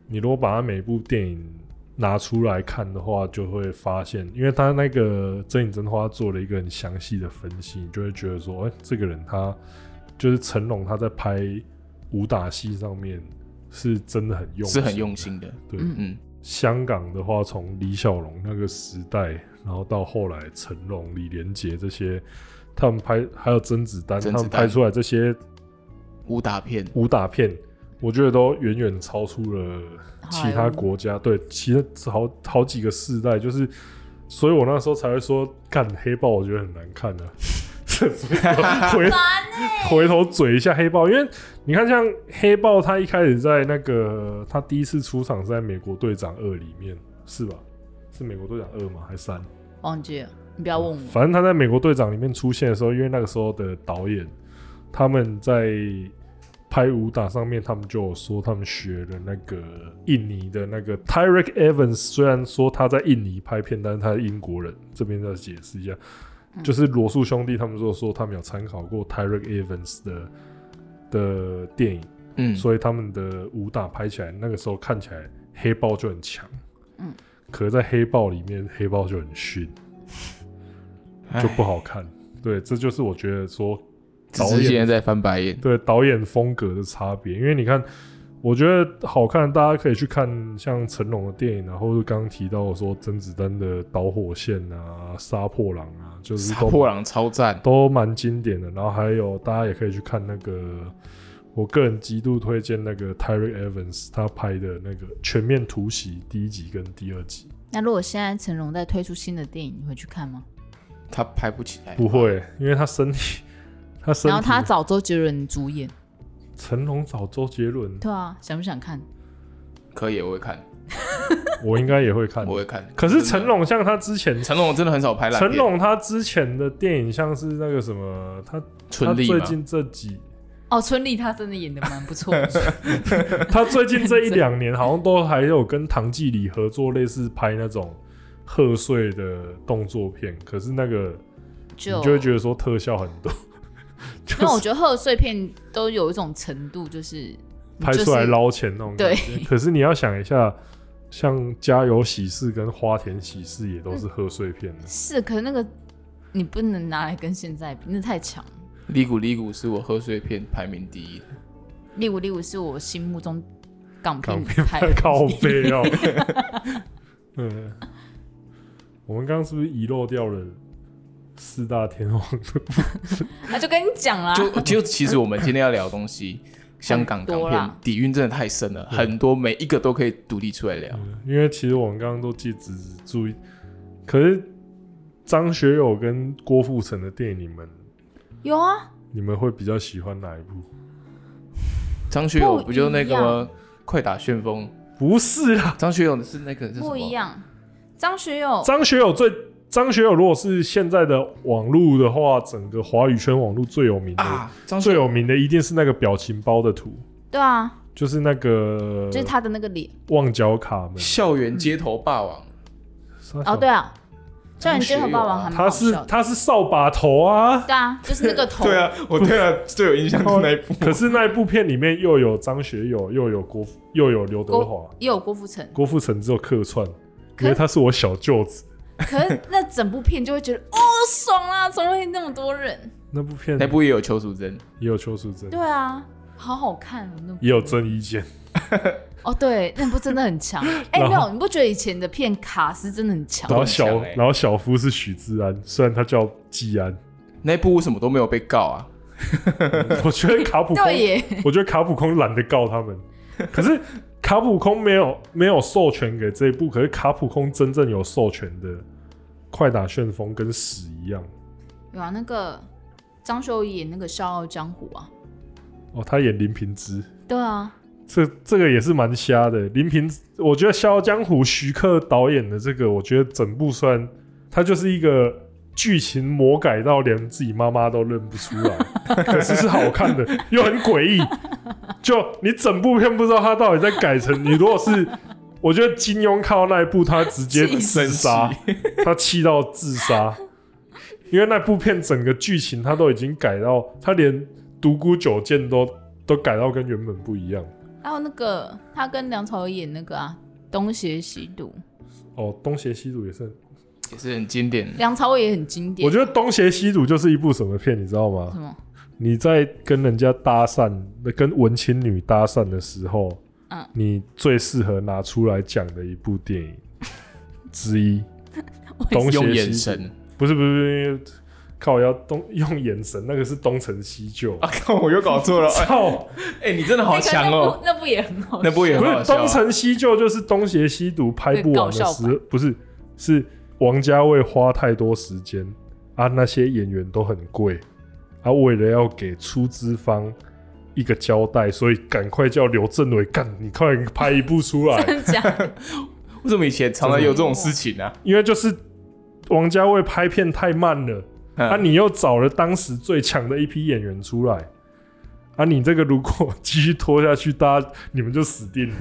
你如果把他每部电影拿出来看的话，就会发现，因为他那个真影真花做了一个很详细的分析，你就会觉得说，哎、这个人他就是成龙，他在拍武打戏上面是真的很用，是很用。心的。对，嗯嗯，香港的话，从李小龙那个时代，然后到后来成龙、李连杰这些，他们拍还有甄子丹，甄他子丹们拍出来这些武打片武打片，我觉得都远远超出了其他国家，对，其实好好几个世代，就是，所以我那时候才会说，干黑豹，我觉得很难看的、啊。所以我回回头嘴一下黑豹，因为你看，像黑豹，他一开始在那个他第一次出场是在《美国队长二》里面，是吧？是《美国队长二》吗？还是三？忘记了，你不要问我。反正他在美国队长里面出现的时候，因为那个时候的导演他们在拍武打上面，他们就有说他们学了那个印尼的那个 Tyrek Evans，虽然说他在印尼拍片，但是他是英国人。这边再解释一下，就是罗素兄弟他们就说他们有参考过 Tyrek Evans 的的电影，嗯，所以他们的武打拍起来，那个时候看起来黑豹就很强，嗯，可是在黑豹里面，黑豹就很逊。唉就不好看。对，这就是我觉得说只导是现在演在翻白眼。对导演风格的差别，因为你看，我觉得好看，大家可以去看像成龙的电影啊，或者刚刚提到说甄子丹的《导火线》啊，《杀破狼》啊，就是杀都破狼超赞，都蛮经典的。然后还有大家也可以去看那个，我个人极度推荐那个 Tyrick Evans 他拍的那个《全面突袭》第一集跟第二集。那如果现在成龙在推出新的电影，你会去看吗？他拍不起来。不会，因为他身体， 他身体。然后他找周杰伦主演，成龙找周杰伦，对啊，想不想看？可以，我会看，我应该也会看 我。会看。可是真的成，龙像他之前，成龙真的很少拍烂片。成龙他之前的电影像是那个什么，他他春丽最嘛，近这几，哦，春丽她真的演的蛮不错， 他最近这一两年好像都还有跟唐季礼合作，类似拍那种贺岁的动作片。可是那个你就就会觉得说特效很多，就 那我是觉得贺岁片都有一种程度，就是拍出来捞钱那种感觉。可是你要想一下，像《家有喜事》跟《花田喜事》也都是贺岁片 的。是，可是那个你不能拿来跟现在比，那太强了。李谷李谷是我贺岁片排名第一的。例如，例如是我心目中港片港里片拍拍靠 背哦。 嗯，我们刚刚是不是遗漏掉了四大天王？啊，就跟你讲啦，就就其实我们今天要聊的东 西，香港港多片啦底蕴真的太深了，对很多每一个都可以独立出来聊。嗯因为其实我们刚刚都记只注意，可是张学友跟郭富城的电影，你们有啊，你们会比较喜欢哪一部？张学友不不就那个一吗？快打旋风，不是啊啦，张学友是那个是什么不一。样。张学友张学友最张学友如果是现在的网络的话，整个华语圈网络最有名的、啊，张学最友有名的一定是那个表情包的图，对啊，就是那个就是他的那个脸旺角卡门。校园街头霸王，啥小哦，对啊，虽然张学友街啊头霸王还蛮他好是笑的，他是扫把头啊，对啊，就是那 个头，对啊，我对啊最有印象哦是那一部。可是那一部片里面又有张学友，又有郭富，又有刘德华，也有郭富城，郭富城只有客串，可因为他是我小舅子。可是那整部片就会觉得哦爽啦，怎么会那么多人？那部片那部也有邱淑贞，也有邱淑贞，对啊，好好看哦，那部也有郑伊健，哦，对，那部真的很强。哎、然没后有，你不觉得以前的片卡斯真的很强然？后很小强欸然后小夫是许志安，虽然他叫季 安，那部为什么都没有被告啊？我觉得卡普空，对耶，我觉得卡普空懒得告他们，可是。卡普空没有没有授权给这一部，可是卡普空真正有授权的《快打旋风》跟屎一样有啊，那个张学友演那个《笑傲江湖》啊，哦，他演林平之，对啊，这这个也是蛮瞎的。林平，我觉得《笑傲江湖》徐克导演的这个，我觉得整部虽然它就是一个剧情魔改到连自己妈妈都认不出来，可是是好看的，又很诡异。就你整部片不知道他到底在改成你，如果是我觉得金庸看到那一部，他直接气自杀，他气到自杀，因为那部片整个剧情他都已经改到，他连独孤九剑都都改到跟原本不一样。还有那个他跟梁朝伟演那个啊，《东邪西毒哦，东邪西毒也是很，也是很经典》，。梁朝伟也嗯很经典。我觉得东邪西毒就是一部什么片，你知道吗什？么？你在跟人家搭讪，跟文青女搭讪的时候，嗯你最适合拿出来讲的一部电 影之一。东用邪眼西毒神不是不是，因为靠要东用眼神，那个是东成西就。啊！靠， 我又搞错了。哎操，哎，你真的好强哦！那个那部那部也很好笑，那部也不很是好笑东成西就，就是东邪西毒拍不完的对搞笑时，不是是王家卫花太多时间啊，那些演员都很贵啊，为了要给出资方一个交代，所以赶快叫刘镇伟干，你快点拍一部出 来，真假的？为什么以前常常有这种事情呢？因为就是王家卫拍片太慢了。 啊，啊，你又找了当时最强的一批演员出来，啊，你这个如果继续拖下去，大家你们就死定了。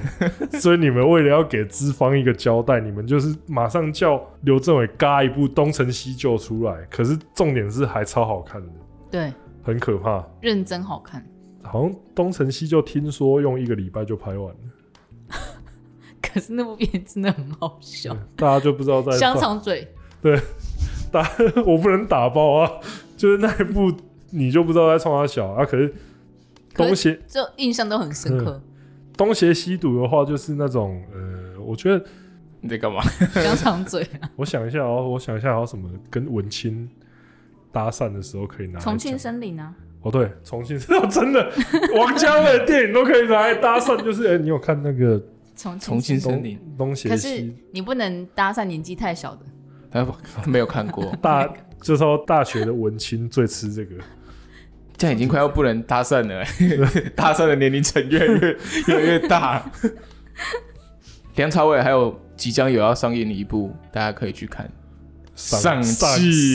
所以你们为了要给资方一个交代，你们就是马上叫刘政委嘎一部《东成西就》出来。可是重点是还超好看的，对，很可怕。认真好看。好像《东成西就》听说用一个礼拜就拍完了，可是那部片真的很好嗯笑， 大家就不知道在香肠嘴。我不能打包啊，就是那一部你就不知道在冲他小啊，可是可是东邪就印象都很深刻。东邪西毒的话，就是那种呃，我觉得你在干嘛？香肠嘴啊，我想一下哦，我想一下还有什么跟文青搭讪的时候可以拿来重庆讲森林啊，哦，对，重庆生真的， 王家卫的电影都可以拿来搭讪，就是哎、你有看那个重重庆庆东森林，东邪可是西你不能搭讪年纪太小的，他 没有看过，大？这时候大学的文青最吃这 个，这样已经快要不能搭讪 了、搭讪的年龄层越来越越来越大。梁朝伟还有即将有要上映的一部，大家可以去看。散散散气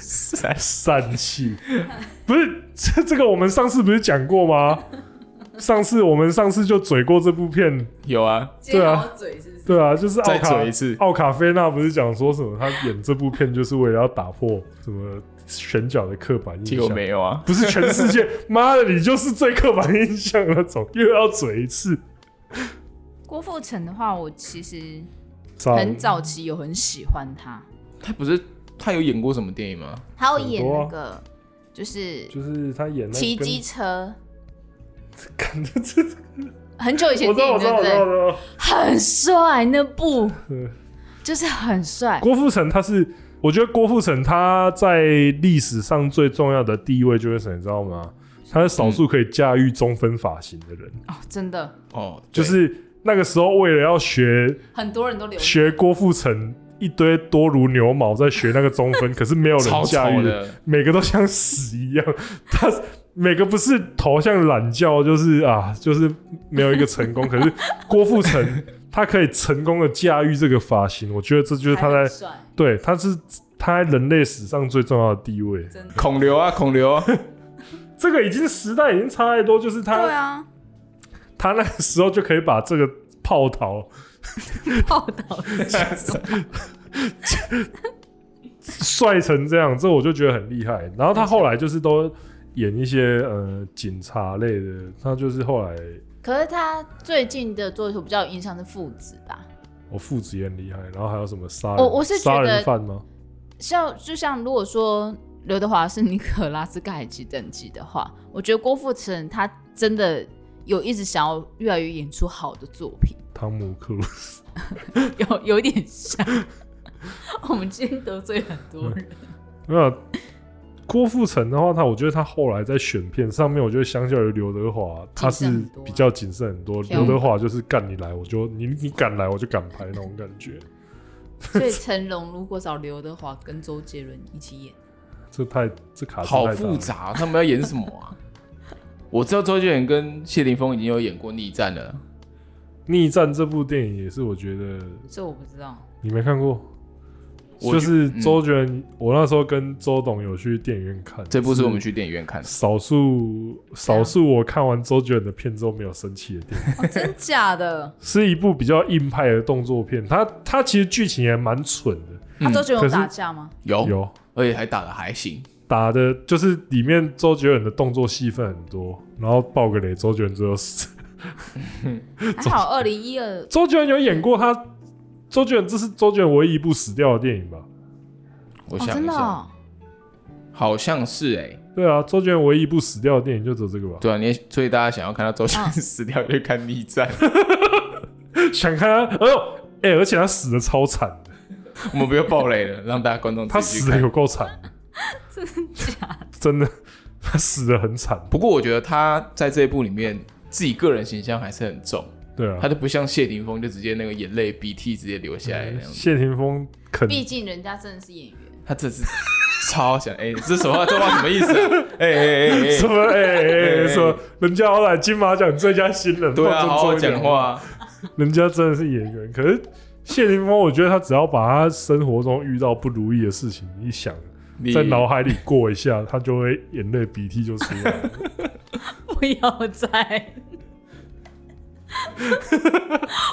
散气散气，不是这这个我们上次不是讲过吗？上次我们上次就嘴过这部片，有啊，对啊尖嘴是不是？对啊，就是奥再卡嘴一次。奥卡菲娜不是讲说什么他演这部片就是为了要打破什么选角的刻板印结果象，没有啊，不是全世界，妈的，你就是最刻板印象那种，又要嘴一次。郭富城的话，我其实上很早期有很喜欢他，他不是他有演过什么电影吗？他有很演多那啊个就是就是他演那骑机车，感觉 这，很久以前我知的道，电我影知对道，不我知道，我知对？道。很帅那部嗯，就是很帅。郭富城他是，我觉得郭富城他在历史上最重要的地位就是什么，你知道吗？他是少数可以驾驭中分发型的人，哦，真的，哦，就对是那个时候为了要学很多人都留学郭富城。一堆多如牛毛在学那个中 分，可是没有人超驾丑驭的，每个都像屎一样， 他每个不是头像懒觉，就是啊，就是没有一个成 功。可是郭富城他可以成功的驾驭这个发型，我觉得这就是他还很在帅，对，他是他在人类史上最重要的地位。真的。孔刘啊，孔 刘，这个已经时代已经差太多，就是他、对啊，他那个时候就可以把这个泡桃报道帅成这样，这我就觉得很厉害。然后他后来就是都演一些呃警察类的，他就是后来可是他最近的作品比较有印象是父子吧？我哦父子也很厉害，然后还有什么杀人？我我是觉杀得人犯吗？像就像如果说刘德华是尼可拉斯盖奇等级的话，我觉得郭富城他真的有一直想要越来越演出好的作品，汤姆克鲁斯，有有点像。我们今天得罪很多人，嗯没有郭富城的话，他我觉得他后来在选片上面，我觉得相较于刘德华，他是谨慎很多比较谨慎很多。挑刘德华就是干你来，我就你你敢来我就敢拍那种感觉，所以成龙如果找刘德华跟周杰伦一起演，这太这卡子好太大了复。杂，他们要演什么啊？ 我知道周杰伦跟谢霆锋已经有演过逆战了，逆战这部电影也是，我觉得这我不知道。你没看过。我就是嗯周杰伦，我那时候跟周董有去电影院看这部是我们去电影院看的，少数少数我看完周杰伦的片之后没有生气的电影。哦、真假 的？是一部比较硬派的动作片，它它其实剧情也蛮蠢的，嗯他、啊周杰伦可有是打架 吗？有有而且还打的还行，打的就是里面周杰伦的动作戏份很多，然后爆个雷，周杰伦最后死。 还好二零一二周杰伦有演过他，周杰伦这是周杰伦唯一一部死掉的电影吧？我哦，想真一的、下，哦，好像是哎、欸，对啊，周杰伦唯一一部死掉的电影就只有这个吧。对啊，你也所以大家想要看到周杰伦啊死掉，就看逆战。 想看他，哎呦，哎、而且他死的超惨的，我们不要爆雷了，让大家观众他自己去死的看。有够惨，真的假的？真的，他死的很惨。不过我觉得他在这一部里面自己个人形象还是很重，对啊他，就不像谢霆锋就直接那个眼泪鼻涕直接流下来那样子，谢霆锋肯毕竟人家真的是演员。他这是 超想哎、这什么话这话什么意思、 啊？哎哎哎什哎， 么？哎哎哎哎，什么？人家好歹金马奖最佳新人， 对啊，放尊重好好一点讲。话啊，人家真的是演员，可是谢霆锋，我觉得他只要把他生活中遇到不如意的事情一想，你在脑海里过一下，他就会眼泪鼻涕就出来了。不 要再。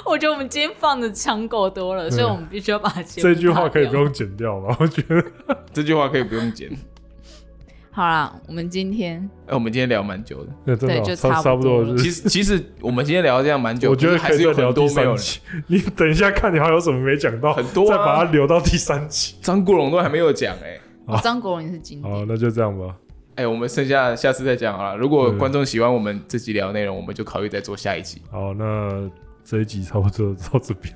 我觉得我们今天放的枪够多了，所以我们必须要把节目这句话可以打不掉。用剪掉吧？我觉得这句话可以不用剪。 好啦，我们今天哎、我们今天聊蛮 久的，那真对的就差差差不不多多就了是。其实其实我们今天聊到这样蛮久，我觉得可是还可以是再有聊很第多没三有人，集。 你等一下看你还有什么没讲到， 很多啊再把它留到第三集。张国荣都还没有讲哎、哦张国荣也是经好，典。那就这样吧。哎、我们剩下下次再讲好了。如果对观众喜欢我们这集聊的内容，我们就考虑再做下一集。好，那这一集差不多到这边。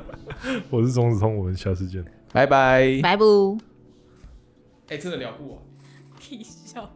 我是钟子通，我们下次见。拜拜。白不？哎、真的聊不完。可以笑。